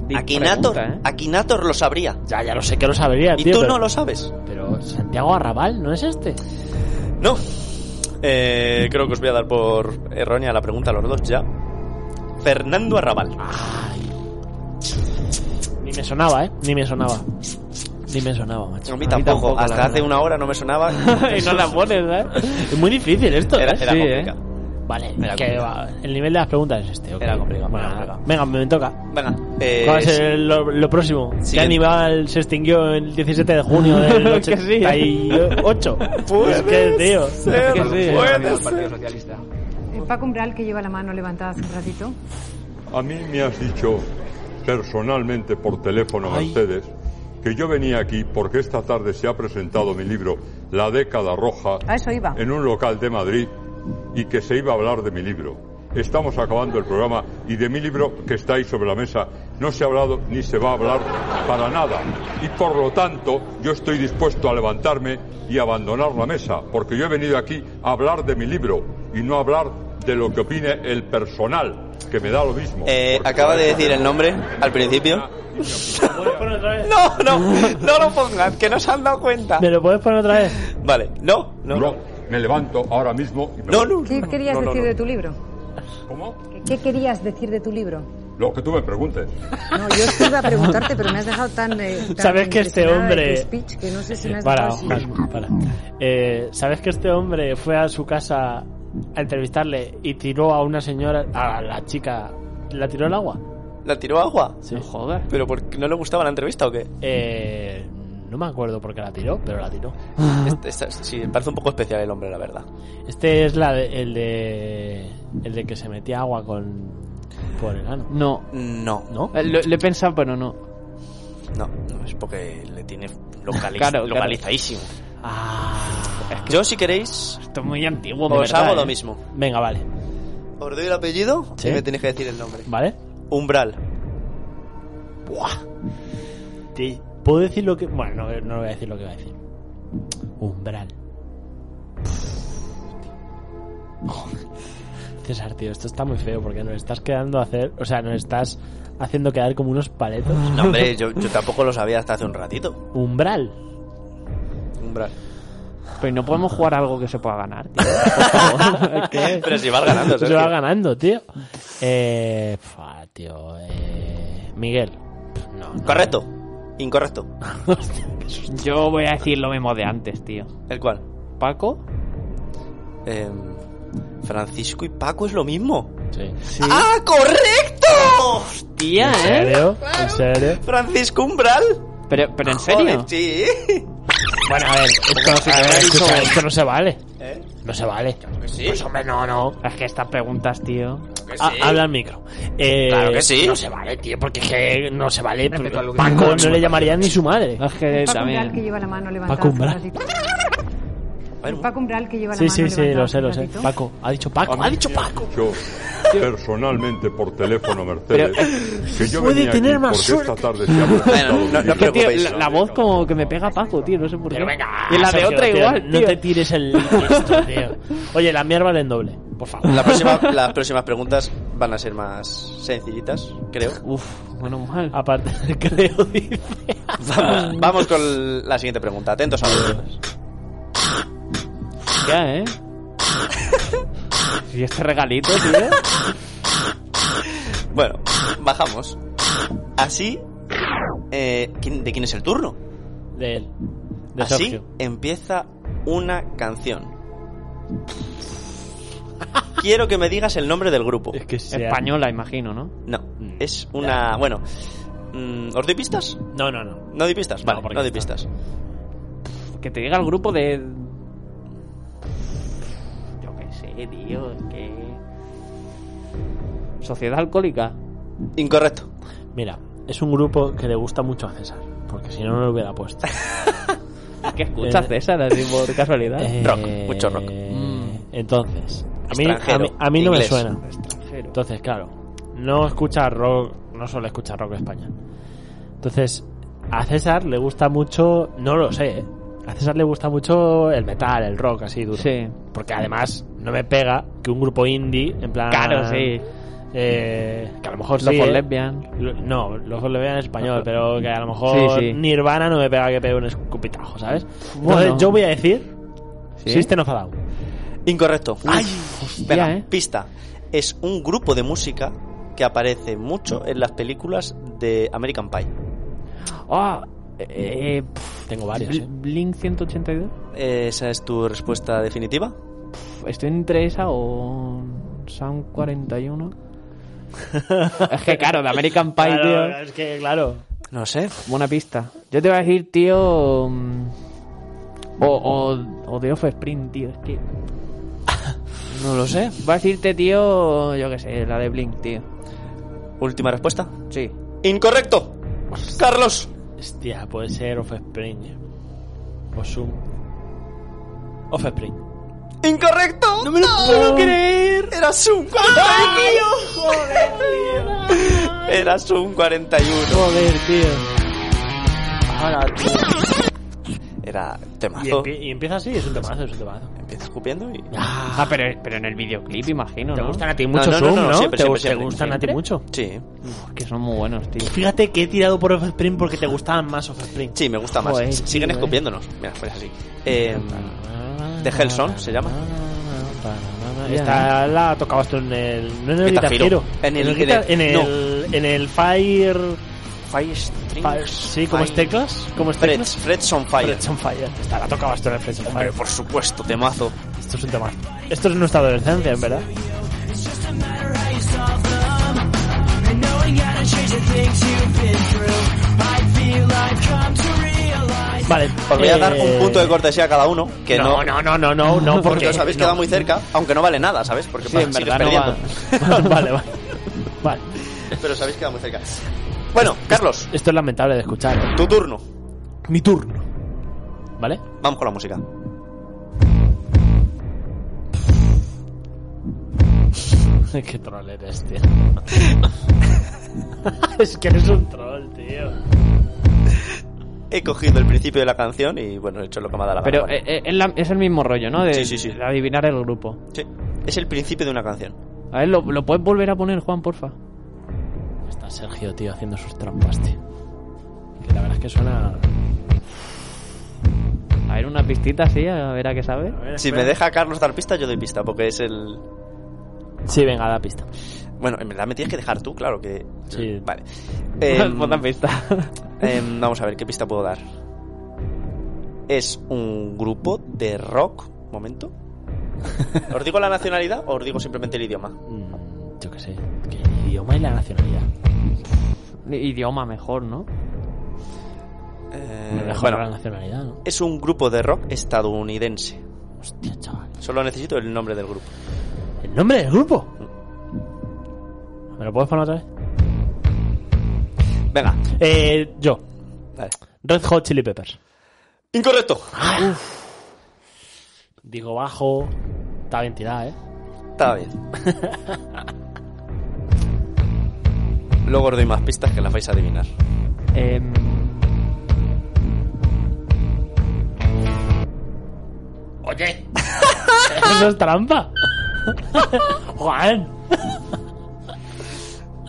Speaker 4: deep
Speaker 2: Akinator.
Speaker 4: pregunta, ¿eh?
Speaker 2: Akinator lo sabría.
Speaker 8: Ya, ya lo sé que lo sabría,
Speaker 2: Y
Speaker 8: tío.
Speaker 2: tú
Speaker 8: pero,
Speaker 2: no lo sabes.
Speaker 8: pero Santiago Arrabal no es este.
Speaker 2: No. Eh, creo que os voy a dar por errónea la pregunta a los dos ya. Fernando Arrabal.
Speaker 8: Ah, Ni me sonaba, ¿eh? Ni me sonaba. Ni me sonaba, macho.
Speaker 2: a mí tampoco.
Speaker 4: tampoco, la
Speaker 2: Hasta hace
Speaker 4: verdad.
Speaker 2: una hora no me sonaba.
Speaker 8: y no la pones, ¿eh? Es muy difícil esto, ¿eh?
Speaker 2: Era, era
Speaker 4: Sí,
Speaker 2: complicado.
Speaker 8: Vale,
Speaker 2: Era
Speaker 8: que
Speaker 2: complicado.
Speaker 8: va, el nivel de las preguntas es este. ok.
Speaker 2: Era complicado,
Speaker 8: Bueno,
Speaker 2: era complicado.
Speaker 8: Venga, me, me toca.
Speaker 2: Venga, eh,
Speaker 8: ¿Cuál va a ser lo, lo próximo? ¿Qué
Speaker 2: Siguiente.
Speaker 8: animal se extinguió el 17 de junio del
Speaker 4: Es que
Speaker 8: ¿eh?
Speaker 4: sí.
Speaker 8: 88? es que, tío.
Speaker 2: ser,
Speaker 8: es que sí.
Speaker 2: puede ser.
Speaker 3: Paco Umbral, que lleva la mano levantada hace un ratito.
Speaker 7: A mí me has dicho personalmente por teléfono, Mercedes, que yo venía aquí porque esta tarde se ha presentado mi libro La década roja
Speaker 3: A eso iba.
Speaker 7: en un local de Madrid y que se iba a hablar de mi libro. Estamos acabando el programa y de mi libro que está ahí sobre la mesa no se ha hablado ni se va a hablar para nada. Y por lo tanto yo estoy dispuesto a levantarme y abandonar la mesa porque yo he venido aquí a hablar de mi libro y no a hablar de lo que opine el personal, que me da lo mismo.
Speaker 2: Eh,
Speaker 7: Porque
Speaker 2: acaba
Speaker 7: para
Speaker 2: de
Speaker 7: eso-
Speaker 2: decir el nombre al principio.
Speaker 8: ¿Puedes poner otra vez?
Speaker 2: No, no, no lo pongan, que no se han dado cuenta.
Speaker 8: ¿Me lo puedes poner otra vez?
Speaker 2: Vale, no, no.
Speaker 7: No,
Speaker 2: no.
Speaker 7: me levanto ahora mismo y me
Speaker 2: No,
Speaker 7: voy.
Speaker 2: no,
Speaker 3: ¿Qué querías
Speaker 7: No, no,
Speaker 3: decir
Speaker 7: no.
Speaker 3: de tu libro?
Speaker 7: ¿Cómo?
Speaker 3: ¿Qué- ¿Qué querías decir de tu libro?
Speaker 7: Lo que tú me preguntes.
Speaker 3: No, yo te iba a preguntarte, pero me has dejado tan. eh, tan
Speaker 8: Sabes que este
Speaker 3: impresionada de tu
Speaker 8: hombre-
Speaker 3: speech que no sé si me has
Speaker 8: Para,
Speaker 3: dejado así.
Speaker 8: Juan, para. Eh, ¿Sabes que este hombre fue a su casa a entrevistarle y tiró a una señora, a la chica, la tiró al agua?
Speaker 2: ¿La tiró agua?
Speaker 4: No jodas.
Speaker 2: ¿Pero porque no le gustaba la entrevista o qué?
Speaker 8: Eh, no me acuerdo por qué la tiró, pero la tiró.
Speaker 2: Este- esta- sí, parece un poco especial el hombre, la verdad.
Speaker 8: Este es la de- el de el de que se metía agua con por el ano.
Speaker 4: No.
Speaker 2: No,
Speaker 8: ¿No?
Speaker 4: Eh, Lo, lo he pensado, pero no.
Speaker 2: no, no, es porque le tiene localiz-
Speaker 4: Claro, claro.
Speaker 2: localizadísimo.
Speaker 4: Ah, es que
Speaker 2: Yo, si queréis,
Speaker 4: esto es muy antiguo. de
Speaker 2: os
Speaker 4: verdad,
Speaker 2: hago
Speaker 4: ¿eh?
Speaker 2: lo mismo.
Speaker 8: Venga, vale.
Speaker 2: Os doy el apellido
Speaker 8: Sí.
Speaker 2: y me tenéis que decir el nombre.
Speaker 8: ¿Vale?
Speaker 2: Umbral.
Speaker 8: Te- ¿Puedo decir lo que.? Bueno, no, no voy a decir lo que va a decir. Umbral. César, tío, esto está muy feo porque nos estás quedando a hacer. O sea, nos estás haciendo quedar como unos paletos.
Speaker 2: No, hombre, yo, yo tampoco lo sabía hasta hace un ratito.
Speaker 8: Umbral.
Speaker 2: Umbral.
Speaker 4: Pero Pues no podemos jugar algo que se pueda ganar, tío.
Speaker 2: Pero si vas ganando,
Speaker 8: Se
Speaker 2: Sergio.
Speaker 8: va ganando, tío. Eh. fa, tío. Eh, Miguel. No, no.
Speaker 2: Correcto. Incorrecto.
Speaker 4: Yo voy a decir lo mismo de antes, tío.
Speaker 2: ¿El cual?
Speaker 4: Paco.
Speaker 2: Em, Francisco y Paco es lo mismo.
Speaker 8: Sí.
Speaker 2: ¡Ah, correcto! ¿eh?
Speaker 4: Tía,
Speaker 8: ¿En
Speaker 3: ¿Eh?
Speaker 8: serio? ¿En serio?
Speaker 2: Francisco Umbral.
Speaker 4: Pero, pero en serio.
Speaker 2: Joder, sí.
Speaker 8: Bueno, a ver, esto,
Speaker 4: a ver,
Speaker 8: escucha,
Speaker 4: dicho-
Speaker 8: esto no se vale.
Speaker 2: ¿Eh?
Speaker 8: No se vale.
Speaker 4: Pues hombre, no, no. Es que estas preguntas, tío.
Speaker 8: Ah, habla al micro. Eh,
Speaker 2: Claro que sí.
Speaker 8: No se vale, tío, porque es que no se vale. pero Paco no le llamaría ni su madre.
Speaker 4: Es que
Speaker 3: Paco Umbral, que
Speaker 4: también.
Speaker 3: lleva la mano levantada hace
Speaker 8: Paco
Speaker 3: un
Speaker 8: Umbral.
Speaker 3: ratito.
Speaker 2: A ver,
Speaker 3: Paco Umbral, que lleva la
Speaker 8: Sí,
Speaker 3: mano
Speaker 8: sí, sí,
Speaker 3: levantada
Speaker 8: lo sé,
Speaker 3: hace
Speaker 8: lo
Speaker 3: un
Speaker 8: sé.
Speaker 3: ratito.
Speaker 8: Paco, ha dicho Paco.
Speaker 7: A mí
Speaker 8: Ha dicho
Speaker 7: me
Speaker 8: Paco.
Speaker 7: has dicho
Speaker 8: personalmente por teléfono, Mercedes, que yo
Speaker 4: puede
Speaker 8: venía
Speaker 4: tener
Speaker 8: aquí
Speaker 4: más
Speaker 8: porque esta
Speaker 4: suerte.
Speaker 8: tarde se ha presentado
Speaker 2: Bueno, no-
Speaker 8: un
Speaker 2: no
Speaker 8: libro.
Speaker 4: Es que, tío,
Speaker 2: preocupéis.
Speaker 4: la, la voz como que me pega a Paco, tío, no sé por qué. y la de
Speaker 3: Sergio,
Speaker 4: otra
Speaker 3: tío,
Speaker 4: igual,
Speaker 3: No
Speaker 4: tío.
Speaker 3: te tires el listo, tío. Oye, las mías valen doble, por favor.
Speaker 2: La próxima- las próximas preguntas van a ser más sencillitas, creo.
Speaker 4: Uf, menos mal.
Speaker 3: Aparte, creo, dice.
Speaker 2: Vamos, vamos con la siguiente pregunta. Atentos a los
Speaker 4: Ya, ¿eh? y este regalito, tío.
Speaker 2: Bueno, bajamos. Así. eh, ¿quién- ¿De quién es el turno?
Speaker 3: De él. De
Speaker 2: Así
Speaker 3: Sergio.
Speaker 2: empieza una canción. Quiero que me digas el nombre del grupo.
Speaker 3: Es que Mm. sea-
Speaker 4: Española, imagino, ¿no?
Speaker 2: No, es una. Bueno, mm, ¿os doy pistas?
Speaker 3: No, no, no.
Speaker 2: No doy pistas, vale,
Speaker 3: porque
Speaker 2: no doy
Speaker 3: está.
Speaker 2: pistas.
Speaker 4: Que te diga el grupo de. Yo qué sé, tío, es que. Sociedad alcohólica.
Speaker 2: Incorrecto.
Speaker 3: Mira, es un grupo que le gusta mucho a César. Porque si no, no lo hubiera puesto.
Speaker 4: ¿Qué escuchas,
Speaker 3: Eh,
Speaker 4: César, así por casualidad?
Speaker 3: Eh,
Speaker 2: Rock, mucho rock.
Speaker 3: mm, Entonces, a mí, a
Speaker 2: Extranjero,
Speaker 3: mí, a mí no me
Speaker 2: inglés.
Speaker 3: suena.
Speaker 4: Extranjero.
Speaker 3: Entonces, claro, no escucha rock, no suele escuchar rock en España. Entonces, a César le gusta mucho, no lo sé, ¿eh? a César le gusta mucho el metal, el rock así duro.
Speaker 4: Sí.
Speaker 3: Porque además no me pega que un grupo indie, en plan...
Speaker 4: Claro, sí.
Speaker 3: eh, que a lo mejor
Speaker 4: Ah, Los
Speaker 3: sí,
Speaker 4: for
Speaker 3: ¿eh?
Speaker 4: lesbian.
Speaker 3: Lo- No, los lo vean en español, pero que a lo mejor
Speaker 4: Sí, sí.
Speaker 3: Nirvana no me pega que pegue un escupitajo, ¿sabes?
Speaker 4: Bueno.
Speaker 3: Entonces, yo voy a decir
Speaker 4: ¿Sí?
Speaker 3: System of a Down.
Speaker 2: Incorrecto. Ay, Venga,
Speaker 4: eh.
Speaker 2: pista. Es un grupo de música que aparece mucho en las películas de American Pie.
Speaker 4: Ah, eh, eh, pf,
Speaker 3: Tengo varios,
Speaker 4: Bl-
Speaker 3: ¿eh?
Speaker 4: Blink 182.
Speaker 2: ¿Esa es tu respuesta definitiva?
Speaker 4: Pf, Estoy entre esa o Sound 41. es que claro, de American Pie,
Speaker 3: Claro,
Speaker 4: tío.
Speaker 3: es que, claro.
Speaker 2: No sé.
Speaker 4: Buena pista. Yo te voy a decir, tío. mm, O, o, o de Offspring, tío. Es que.
Speaker 2: No lo sé.
Speaker 4: Voy a decirte, tío. Yo qué sé, la de Blink, tío.
Speaker 2: Última respuesta.
Speaker 4: Sí.
Speaker 2: Incorrecto. Carlos.
Speaker 3: Hostia, puede ser Offspring. O Zoom. Offspring.
Speaker 2: Incorrecto. No me lo puedo creer. Era Zoom 41. Era Zoom 41.
Speaker 4: Joder, tío.
Speaker 2: Era
Speaker 3: Y,
Speaker 2: temazo.
Speaker 3: empie- y empieza así, es un temazo, es un temazo.
Speaker 2: Empieza escupiendo y...
Speaker 4: Ah, pero, pero en el videoclip, imagino.
Speaker 3: Te
Speaker 4: ¿no?
Speaker 3: gustan a ti
Speaker 2: No,
Speaker 3: mucho
Speaker 2: Ah, no, no,
Speaker 3: Zoom,
Speaker 2: no,
Speaker 3: ¿no?
Speaker 2: siempre,
Speaker 3: ¿Te,
Speaker 2: siempre,
Speaker 3: te
Speaker 2: siempre.
Speaker 3: gustan a ti
Speaker 4: ¿Siempre?
Speaker 3: mucho?
Speaker 2: Sí.
Speaker 4: Uf, que son muy buenos, tío.
Speaker 3: Fíjate que he tirado por Offspring porque te gustaban más Offspring.
Speaker 2: Sí, me gusta más.
Speaker 4: Joder,
Speaker 2: S- Siguen
Speaker 4: tío, eh.
Speaker 2: escupiéndonos. Mira, pues así. Eh, The Hell Song, se llama.
Speaker 3: Esta la tocabas tú en el. No en el
Speaker 2: Guitar Hero.
Speaker 3: Guitar Hero.
Speaker 2: En el-
Speaker 3: Guitar-
Speaker 2: en
Speaker 3: en
Speaker 2: el-
Speaker 3: el, en el Fire.
Speaker 2: Fire String.
Speaker 3: Fire- sí, este ¿cómo es
Speaker 2: Fire-
Speaker 3: teclas? ¿Cómo es
Speaker 2: Freds,
Speaker 3: teclas?
Speaker 2: Freds on Fire.
Speaker 3: Freds on Fire. Esta la tocabas tú en el Freds on
Speaker 2: Hombre,
Speaker 3: Fire.
Speaker 2: por supuesto, temazo.
Speaker 3: Esto es un tema. Esto es nuestra adolescencia, en verdad. Vale,
Speaker 2: Os voy a dar
Speaker 3: eh,
Speaker 2: un punto de cortesía a cada uno. Que no,
Speaker 3: no, no, no, no, no, no,
Speaker 2: porque
Speaker 3: porque
Speaker 2: os habéis quedado muy cerca, aunque no vale nada, ¿sabes? Porque
Speaker 4: Sí, en
Speaker 2: sigues
Speaker 4: verdad no
Speaker 2: perdiendo.
Speaker 3: vale, vale, vale. Vale,
Speaker 2: Pero os habéis quedado muy cerca. Bueno, Carlos,
Speaker 3: esto es lamentable de escuchar. ¿eh?
Speaker 2: tu turno.
Speaker 3: Mi turno. ¿Vale?
Speaker 2: Vamos con la música.
Speaker 3: Qué troll eres, tío. es que eres un troll, tío.
Speaker 2: He cogido el principio de la canción y bueno, he hecho lo que me ha dado la gana.
Speaker 4: Pero
Speaker 2: vale.
Speaker 4: eh, eh, es, la- es el mismo rollo, ¿no? De,
Speaker 2: Sí, sí, sí.
Speaker 4: de adivinar el grupo.
Speaker 2: Sí, es el principio de una canción.
Speaker 4: A ver, ¿lo, lo puedes volver a poner, Juan, porfa?
Speaker 3: Está Sergio, tío, haciendo sus trampas, tío. Que la verdad es que suena.
Speaker 4: A ver, una pistita así, a ver a qué sabe.
Speaker 2: Si me deja Carlos dar pista, yo doy pista, porque es el.
Speaker 3: Sí, venga, da pista.
Speaker 2: Bueno, en verdad me tienes que dejar tú, claro que.
Speaker 3: Sí.
Speaker 2: Vale.
Speaker 4: Pon
Speaker 2: Em,
Speaker 4: una pista.
Speaker 2: em, vamos a ver, ¿qué pista puedo dar? Es un grupo de rock. Momento. ¿Os digo la nacionalidad o os digo simplemente el idioma?
Speaker 3: Mm, yo qué sé. Que el idioma y la nacionalidad.
Speaker 4: Idioma mejor, ¿no?
Speaker 2: Eh,
Speaker 3: Me dejo
Speaker 2: bueno,
Speaker 3: la nacionalidad, ¿no?
Speaker 2: es un grupo de rock estadounidense.
Speaker 3: Hostia, chaval.
Speaker 2: Solo necesito el nombre del grupo.
Speaker 3: ¿El nombre del grupo? ¿Me lo puedes poner otra vez?
Speaker 2: Venga,
Speaker 3: Eh, yo.
Speaker 2: dale.
Speaker 3: Red Hot Chili Peppers.
Speaker 2: Incorrecto.
Speaker 3: Digo bajo. Está bien tirada, ¿eh?
Speaker 2: Está bien. Luego os doy más pistas que las vais a adivinar.
Speaker 4: Em,
Speaker 6: Oye,
Speaker 3: Eso es trampa. Juan.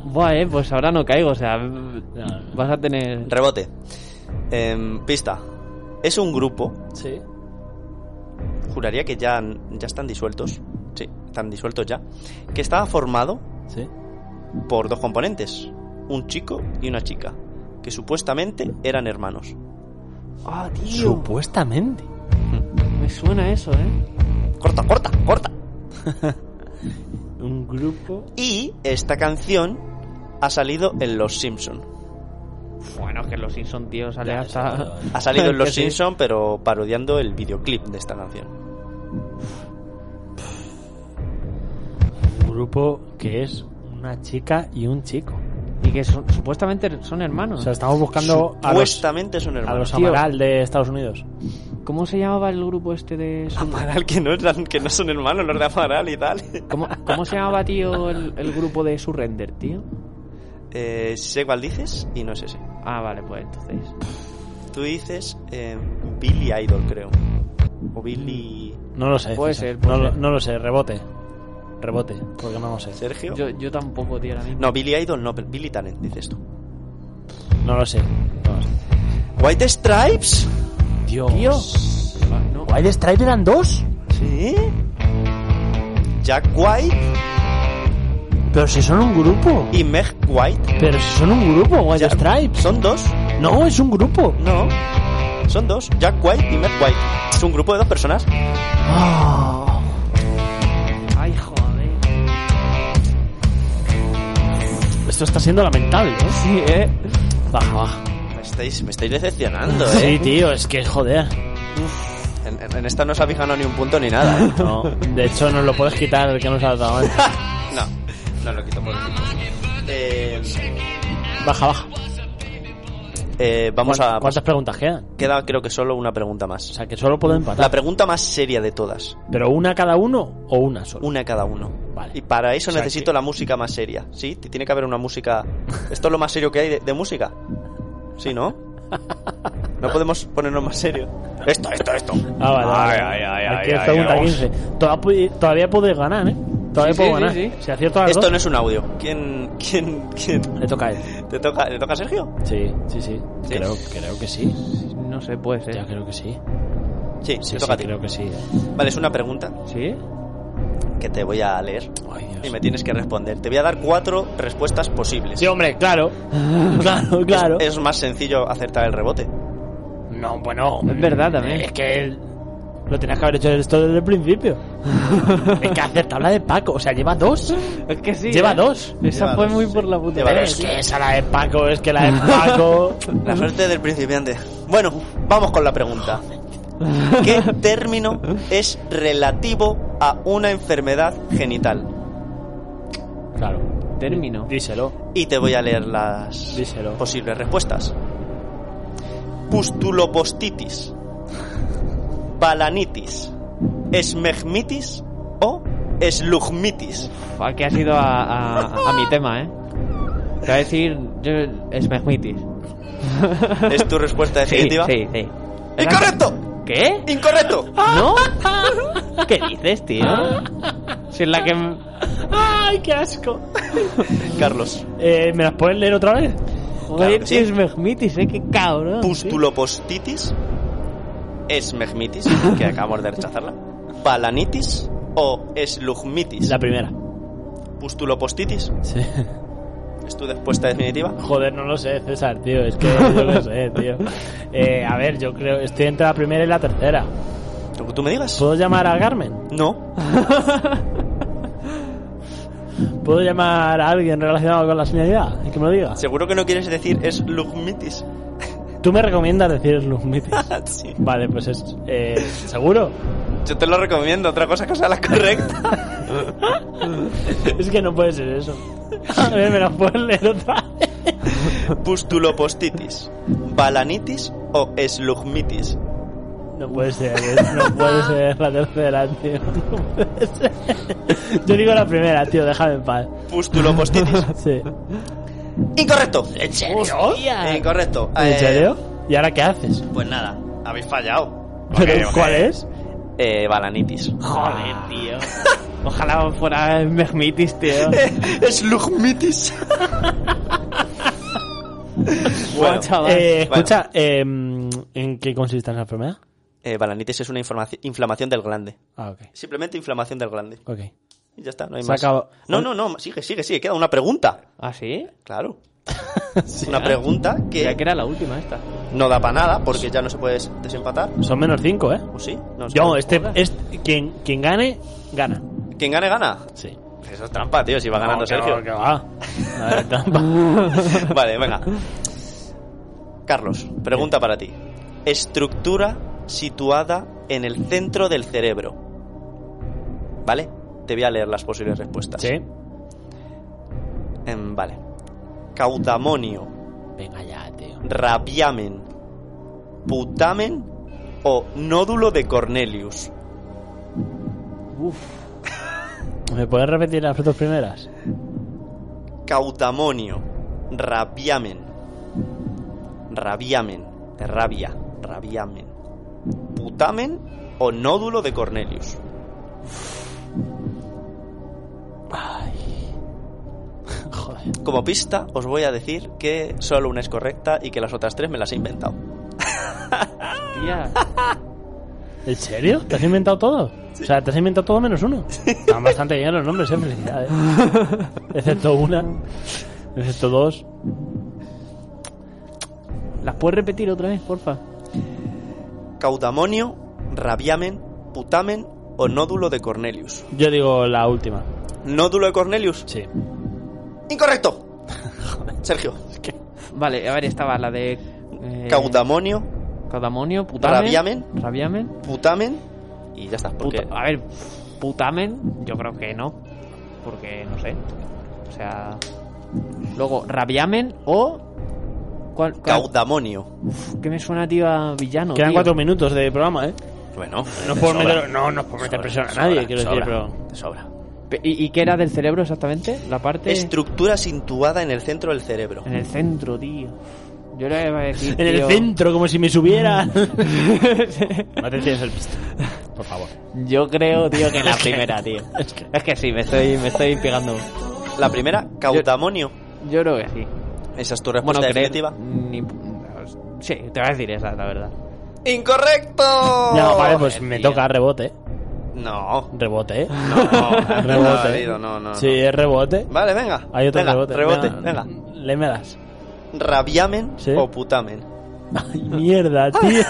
Speaker 4: buah, eh, pues ahora no caigo, o sea,
Speaker 3: no.
Speaker 4: vas a tener...
Speaker 2: Rebote. Em, pista. Es un grupo.
Speaker 3: Sí.
Speaker 2: Juraría que ya, ya están disueltos. Sí, están disueltos ya. Que estaba formado
Speaker 3: Sí.
Speaker 2: por dos componentes. Un chico y una chica. Que supuestamente eran hermanos.
Speaker 4: Ah, tío,
Speaker 3: Supuestamente.
Speaker 4: me suena eso, eh.
Speaker 2: Corta, corta, corta.
Speaker 3: Un grupo.
Speaker 2: Y esta canción ha salido en Los Simpson.
Speaker 4: Bueno, es que los Simpson, tío, sale hasta...
Speaker 2: Ha salido en Los
Speaker 4: Que sí.
Speaker 2: Simpson, pero parodiando el videoclip de esta canción.
Speaker 3: Un grupo que es una chica y un chico.
Speaker 4: Y que son- supuestamente son
Speaker 3: O
Speaker 4: hermanos.
Speaker 3: sea, estamos buscando a los,
Speaker 2: Supuestamente son
Speaker 3: a
Speaker 2: hermanos.
Speaker 3: los
Speaker 4: Tío.
Speaker 3: Amaral de Estados Unidos.
Speaker 4: ¿Cómo se llamaba el grupo este de... su-
Speaker 2: Amaral, que no, eran- que no son hermanos los de Amaral y tal.
Speaker 4: ¿Cómo, cómo se llamaba, tío, el, el grupo de Surrender, tío?
Speaker 2: Eh, sé cuál dices y no es ese.
Speaker 4: Ah, vale, pues entonces...
Speaker 2: Tú dices eh, Billy Idol, creo. O Billy
Speaker 3: No lo sé.
Speaker 4: Puede
Speaker 3: César.
Speaker 4: ser, puede
Speaker 3: no, lo-
Speaker 4: ser.
Speaker 3: no lo sé, rebote. Rebote, porque no lo sé.
Speaker 2: Sergio.
Speaker 4: Yo, yo tampoco, tío, ahora mismo.
Speaker 2: No, Billy Idol, no, pero Billy Talent, dices tú.
Speaker 3: No lo sé. No lo sé.
Speaker 2: White Stripes.
Speaker 3: Dios.
Speaker 4: Tío. Ah, no.
Speaker 3: ¿Wild Stripe eran dos?
Speaker 2: Sí. Jack White
Speaker 3: Pero si son un grupo.
Speaker 2: y Meg White.
Speaker 3: Pero si son un grupo, Wild
Speaker 2: Jack-
Speaker 3: Stripes.
Speaker 2: Son dos.
Speaker 3: No, es un grupo.
Speaker 2: No. Son dos. Jack White y Meg White. Es un grupo de dos personas.
Speaker 3: Ah.
Speaker 4: Ay, joder.
Speaker 3: Esto está siendo lamentable, ¿eh?
Speaker 4: Sí, eh.
Speaker 3: Baja, baja.
Speaker 2: Me estáis, me estáis decepcionando, ¿eh?
Speaker 3: Sí, tío, es que joder.
Speaker 2: En, en- en esta no os habéis ganado ni un punto ni nada, ¿eh?
Speaker 3: No, de hecho, nos lo puedes quitar el que nos ha dado antes.
Speaker 2: No, no lo quito por el tiempo. Eh,
Speaker 3: Baja, baja.
Speaker 2: eh, vamos a...
Speaker 3: ¿Cuántas preguntas quedan?
Speaker 2: Queda creo que solo una pregunta
Speaker 3: O
Speaker 2: más.
Speaker 3: sea, que solo puedo
Speaker 2: La
Speaker 3: empatar.
Speaker 2: pregunta más seria de todas.
Speaker 3: ¿Pero una cada uno o una sola?
Speaker 2: Una cada uno.
Speaker 3: Vale.
Speaker 2: Y para eso
Speaker 3: O sea
Speaker 2: necesito
Speaker 3: que-
Speaker 2: la música más seria. ¿Sí? Te Tiene que haber una música... Esto es lo más serio que hay de, de música. ¿Sí, no? No podemos ponernos más serio. Esto, esto, esto.
Speaker 3: Ah, vale. vale.
Speaker 8: Ay, ay, ay,
Speaker 3: Aquí es
Speaker 8: ay,
Speaker 3: pregunta
Speaker 8: ay,
Speaker 3: 15. Todavía, pu- todavía puedes ganar, ¿eh? Todavía
Speaker 4: Sí,
Speaker 3: puedo
Speaker 4: sí,
Speaker 3: ganar.
Speaker 4: sí, sí.
Speaker 3: Si acierto a las
Speaker 2: Esto
Speaker 3: dos,
Speaker 2: no es un audio. ¿Quién, quién, quién?
Speaker 3: le toca a él.
Speaker 2: ¿Te toca, ¿Le toca a Sergio?
Speaker 3: Sí, sí, sí.
Speaker 2: ¿Sí?
Speaker 3: Creo, creo que sí.
Speaker 4: No sé, puede ser.
Speaker 3: Ya creo que sí.
Speaker 2: Sí,
Speaker 3: Sí,
Speaker 2: te
Speaker 3: sí,
Speaker 2: toca a ti.
Speaker 3: creo que sí.
Speaker 2: Vale, es una pregunta
Speaker 4: ¿Sí?
Speaker 2: que te voy a leer.
Speaker 3: Ay, Dios.
Speaker 2: y me tienes que responder. Te voy a dar cuatro respuestas posibles.
Speaker 3: Sí, hombre, claro. claro, claro.
Speaker 2: Es más sencillo acertar el rebote.
Speaker 3: No, bueno.
Speaker 4: Es verdad también.
Speaker 3: Es que él- lo tenías que haber hecho esto desde el principio. es que acertado la de Paco. O sea, lleva dos.
Speaker 4: Es que sí.
Speaker 3: Lleva
Speaker 4: eh.
Speaker 3: dos.
Speaker 4: Esa
Speaker 2: Lleva
Speaker 4: fue
Speaker 2: dos,
Speaker 4: muy
Speaker 2: sí.
Speaker 4: por la puta.
Speaker 2: Lleva
Speaker 4: madre,
Speaker 2: dos.
Speaker 4: tío.
Speaker 3: Que esa la de Paco, es que la de Paco.
Speaker 2: La suerte del principiante. Bueno, vamos con la pregunta. ¿Qué término es relativo a una enfermedad genital?
Speaker 3: claro.
Speaker 4: Término.
Speaker 3: Díselo.
Speaker 2: Y te voy a leer las
Speaker 3: Díselo.
Speaker 2: posibles respuestas. Pustulopostitis, balanitis, esmegmitis o eslugmitis.
Speaker 4: Uf, aquí ha sido a, a- a mi tema, eh. Te voy a decir. Yo, es Mejmitis.
Speaker 2: ¿Es tu respuesta
Speaker 4: Sí,
Speaker 2: definitiva?
Speaker 4: sí, sí.
Speaker 2: ¡Incorrecto!
Speaker 4: ¿Qué?
Speaker 2: ¡Incorrecto!
Speaker 4: ¿No? ¿Qué dices, tío? Si es la que.
Speaker 3: ¡Ay, qué asco!
Speaker 2: Carlos.
Speaker 3: Eh, ¿Me las puedes leer otra vez?
Speaker 4: Joder,
Speaker 2: que
Speaker 4: tío,
Speaker 2: sí.
Speaker 4: es Mejmitis, eh. Qué cabrón.
Speaker 2: Pustulopostitis, esmegmitis, que acabamos de rechazarla, balanitis o eslugmitis.
Speaker 3: La primera.
Speaker 2: Pustulopostitis,
Speaker 3: Sí.
Speaker 2: ¿es tu respuesta definitiva?
Speaker 3: Joder, no lo sé, César, tío. Es que yo lo sé, tío. Eh, a ver, yo creo. Estoy entre la primera y la tercera.
Speaker 2: Lo que tú me digas.
Speaker 3: ¿Puedo llamar a Carmen?
Speaker 2: No.
Speaker 3: ¿Puedo llamar a alguien relacionado con la señalidad? Que me lo diga.
Speaker 2: Seguro que no quieres decir eslugmitis.
Speaker 3: Tú me recomiendas decir Lugmitis.
Speaker 2: Sí.
Speaker 3: Vale, pues es. Eh, ¿Seguro?
Speaker 2: Yo te lo recomiendo, otra cosa que sea la correcta.
Speaker 3: Es que no puede ser eso. A ver, me las puedes leer otra vez.
Speaker 2: Pustulopostitis, balanitis o eslugmitis.
Speaker 3: No puede ser, es- no puede ser la tercera, tío. No puede ser. Yo digo la primera, tío, déjame en paz.
Speaker 2: Pustulopostitis,
Speaker 3: Sí.
Speaker 2: Incorrecto.
Speaker 8: ¿En serio?
Speaker 2: Incorrecto.
Speaker 8: ¿En
Speaker 2: Eh,
Speaker 8: serio? ¿Y ahora qué haces?
Speaker 2: Pues nada, habéis fallado. Ok,
Speaker 8: ¿Pero
Speaker 2: ok.
Speaker 8: cuál es?
Speaker 2: Eh, balanitis.
Speaker 4: Joder, tío. Ojalá fuera Mehmitis, tío.
Speaker 2: es lugmitis.
Speaker 4: Guau,
Speaker 2: bueno,
Speaker 4: chaval.
Speaker 8: Eh,
Speaker 2: Bueno.
Speaker 8: escucha, eh,
Speaker 3: em,
Speaker 8: ¿en qué consiste esa enfermedad?
Speaker 2: eh, balanitis es una informaci- inflamación del glande.
Speaker 8: Ah, ok.
Speaker 2: Simplemente inflamación del glande.
Speaker 8: Ok.
Speaker 2: Y ya está, no hay
Speaker 8: Se
Speaker 2: más.
Speaker 8: acabó.
Speaker 2: No, no, no, sigue, sigue, sigue. Queda una pregunta.
Speaker 4: ¿Ah, sí?
Speaker 2: Claro. una pregunta
Speaker 4: Ya
Speaker 2: que
Speaker 4: que era la última esta.
Speaker 2: no da para nada porque ya no se puede desempatar.
Speaker 8: Son menos 5, ¿eh?
Speaker 2: ¿O sí? No, sé.
Speaker 8: Yo, este, este- quien, quien gane, gana.
Speaker 2: Quien gane, gana.
Speaker 8: Sí.
Speaker 2: Eso es trampa, tío, si va ganando
Speaker 8: No, que
Speaker 2: Sergio.
Speaker 8: va, que va. A ver, trampa.
Speaker 2: Vale, venga. Carlos, pregunta para ti. Estructura situada en el centro del cerebro. ¿Vale? Te voy a leer las posibles respuestas.
Speaker 8: Sí.
Speaker 2: Em, vale. Cautamonio,
Speaker 8: Venga ya, tío.
Speaker 2: rabiamen, putamen o nódulo de Cornelius.
Speaker 8: ¿Me puedes repetir las dos primeras?
Speaker 2: Cautamonio, rabiamen, rabiamen, de rabia, rabiamen, putamen o nódulo de Cornelius.
Speaker 8: Joder.
Speaker 2: Como pista, os voy a decir que solo una es correcta y que las otras tres me las he inventado.
Speaker 4: Tía.
Speaker 8: ¿En serio? ¿Te has inventado todo? O sea, te has inventado todo menos uno. Están bastante bien los nombres, eh. Felicidades. Excepto una. Excepto dos.
Speaker 4: ¿Las puedes repetir otra vez, porfa?
Speaker 2: Cautamonio, rabiamen, putamen o nódulo de Cornelius.
Speaker 8: Yo digo la última.
Speaker 2: ¿Nódulo de Cornelius?
Speaker 8: Sí.
Speaker 2: ¡Incorrecto! Sergio,
Speaker 4: Vale, a ver, estaba la de. eh,
Speaker 2: cautamonio,
Speaker 4: Caudamonio, putamen.
Speaker 2: Rabiamen.
Speaker 4: Rabiamen.
Speaker 2: putamen y ya está. Porque
Speaker 4: Puta- a ver, putamen, yo creo que no. Porque no sé. O sea. Luego, rabiamen o. ¿Cuál? cuál-
Speaker 2: cautamonio.
Speaker 4: ¿Qué me suena, tío, a villano?
Speaker 8: Quedan
Speaker 4: tío?
Speaker 8: cuatro minutos de programa, ¿eh?
Speaker 2: Bueno,
Speaker 8: No
Speaker 2: te
Speaker 8: puedo
Speaker 2: sobra,
Speaker 8: meter, no, no puedo meter presión a
Speaker 2: te
Speaker 8: nadie,
Speaker 2: sobra,
Speaker 8: quiero
Speaker 2: te
Speaker 8: decir,
Speaker 2: sobra,
Speaker 8: pero...
Speaker 2: te sobra.
Speaker 4: Pe- ¿Y, y qué era del cerebro exactamente? La parte.
Speaker 2: Estructura situada en el centro del cerebro.
Speaker 4: En el centro, tío. Yo le iba a decir.
Speaker 8: En el
Speaker 4: tío,
Speaker 8: centro, como si me subiera. no te tienes el pisto. Por favor.
Speaker 4: Yo creo, tío, que la primera, tío. Es que, sí, me estoy, me estoy pegando.
Speaker 2: La primera, cautamonio.
Speaker 4: Yo creo que sí.
Speaker 2: Esa es tu
Speaker 4: Bueno,
Speaker 2: respuesta
Speaker 4: creer.
Speaker 2: definitiva.
Speaker 4: ni- Sí, te voy a decir esa, la verdad.
Speaker 2: ¡Incorrecto!
Speaker 8: No, vale, pues
Speaker 4: joder,
Speaker 8: me
Speaker 4: tío.
Speaker 8: toca rebote.
Speaker 2: No.
Speaker 8: Rebote, ¿eh?
Speaker 2: No,
Speaker 8: Rebote.
Speaker 2: David, no, no,
Speaker 8: sí,
Speaker 2: no.
Speaker 8: es rebote.
Speaker 2: Vale, venga.
Speaker 8: Hay otro
Speaker 2: Venga,
Speaker 8: rebote.
Speaker 2: Rebote, venga.
Speaker 8: Lémelas.
Speaker 2: ¿Rabiamen
Speaker 8: Sí.
Speaker 2: o putamen?
Speaker 8: Ay, mierda, tío.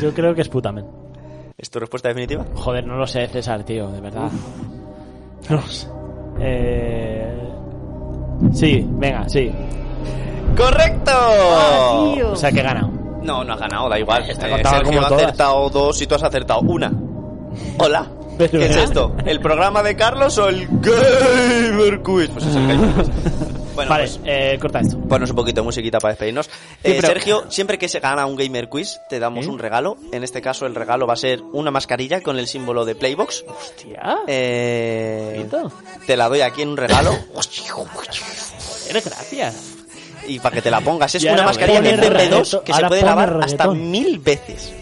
Speaker 8: Yo creo que es putamen.
Speaker 2: ¿Es tu respuesta definitiva?
Speaker 8: Joder, no lo sé, César, tío, de verdad. No lo sé. Eh... Sí, venga, sí.
Speaker 2: ¡Correcto!
Speaker 8: O sea, que he ganado.
Speaker 2: No, no has ganado, da igual.
Speaker 8: Está
Speaker 2: Eh,
Speaker 8: contado
Speaker 2: Sergio
Speaker 8: como
Speaker 2: ha
Speaker 8: todas.
Speaker 2: acertado dos y tú has acertado una. Hola.
Speaker 8: Pero-
Speaker 2: ¿Qué es esto? ¿El programa de Carlos o el Gamer Quiz? Pues es el Gamer Quiz. Bueno,
Speaker 8: vale,
Speaker 2: pues
Speaker 8: eh, corta esto.
Speaker 2: Ponos un poquito de musiquita para despedirnos. Eh,
Speaker 8: pero-
Speaker 2: Sergio, siempre que se gana un Gamer Quiz, te damos un regalo. En este caso, el regalo va a ser una mascarilla con el símbolo de Playbox.
Speaker 4: Hostia.
Speaker 2: Eh,
Speaker 4: Bonito.
Speaker 2: te la doy aquí en un regalo.
Speaker 4: Eres gracias.
Speaker 2: y para que te la pongas. Es
Speaker 8: Y
Speaker 2: una
Speaker 8: ahora
Speaker 2: mascarilla de
Speaker 8: pone
Speaker 2: CP2
Speaker 8: reggaetón,
Speaker 2: que se
Speaker 8: ahora
Speaker 2: puede
Speaker 8: pone
Speaker 2: lavar hasta
Speaker 8: reggaetón.
Speaker 2: mil veces.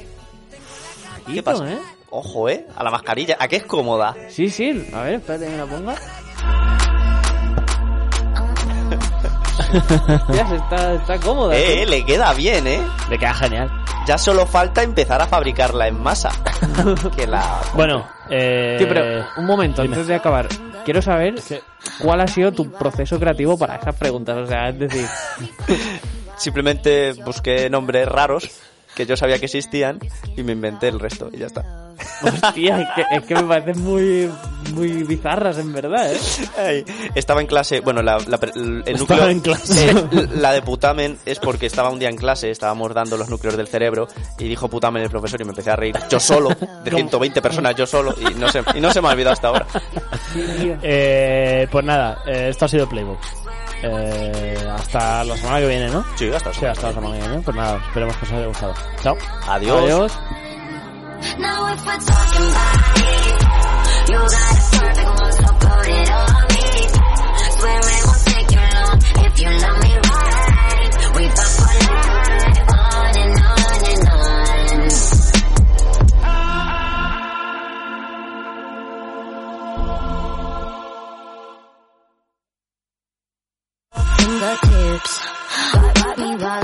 Speaker 2: ¿Qué
Speaker 4: Ojito,
Speaker 2: pasa?
Speaker 4: ¿eh?
Speaker 2: Ojo, eh, a la mascarilla. ¿A qué es cómoda?
Speaker 4: Sí, sí. A ver, espérate que me la ponga. Hostia, se está, está cómoda.
Speaker 2: Eh, eh, le queda bien, eh.
Speaker 8: Le queda genial.
Speaker 2: Ya solo falta empezar a fabricarla en masa. que la.
Speaker 8: Bueno, eh...
Speaker 4: Tío, pero un momento,
Speaker 8: dime.
Speaker 4: antes de acabar, quiero saber
Speaker 8: que-
Speaker 4: cuál ha sido tu proceso creativo para esas preguntas. O sea, es decir,
Speaker 2: Simplemente busqué nombres raros que yo sabía que existían y me inventé el resto y ya está.
Speaker 4: hostia, es que, es que me parecen muy, muy bizarras en verdad, ¿eh?
Speaker 2: Ay, estaba en clase, bueno, la, la- el
Speaker 8: Estaba
Speaker 2: núcleo-
Speaker 8: en clase.
Speaker 2: eh, la de putamen es porque estaba un día en clase, estábamos dando los núcleos del cerebro y dijo putamen el profesor y me empecé a reír yo solo, de 120 personas yo solo y no se, y no se me ha olvidado hasta ahora.
Speaker 8: Eh, pues nada, eh, esto ha sido Playbox. Eh, hasta la semana que viene, ¿no?
Speaker 2: Sí, hasta
Speaker 8: Sí, hasta la semana que viene. Pues nada, esperemos que os haya gustado. Chao.
Speaker 2: Adiós.
Speaker 4: Adiós.
Speaker 9: Now if we're talking about it,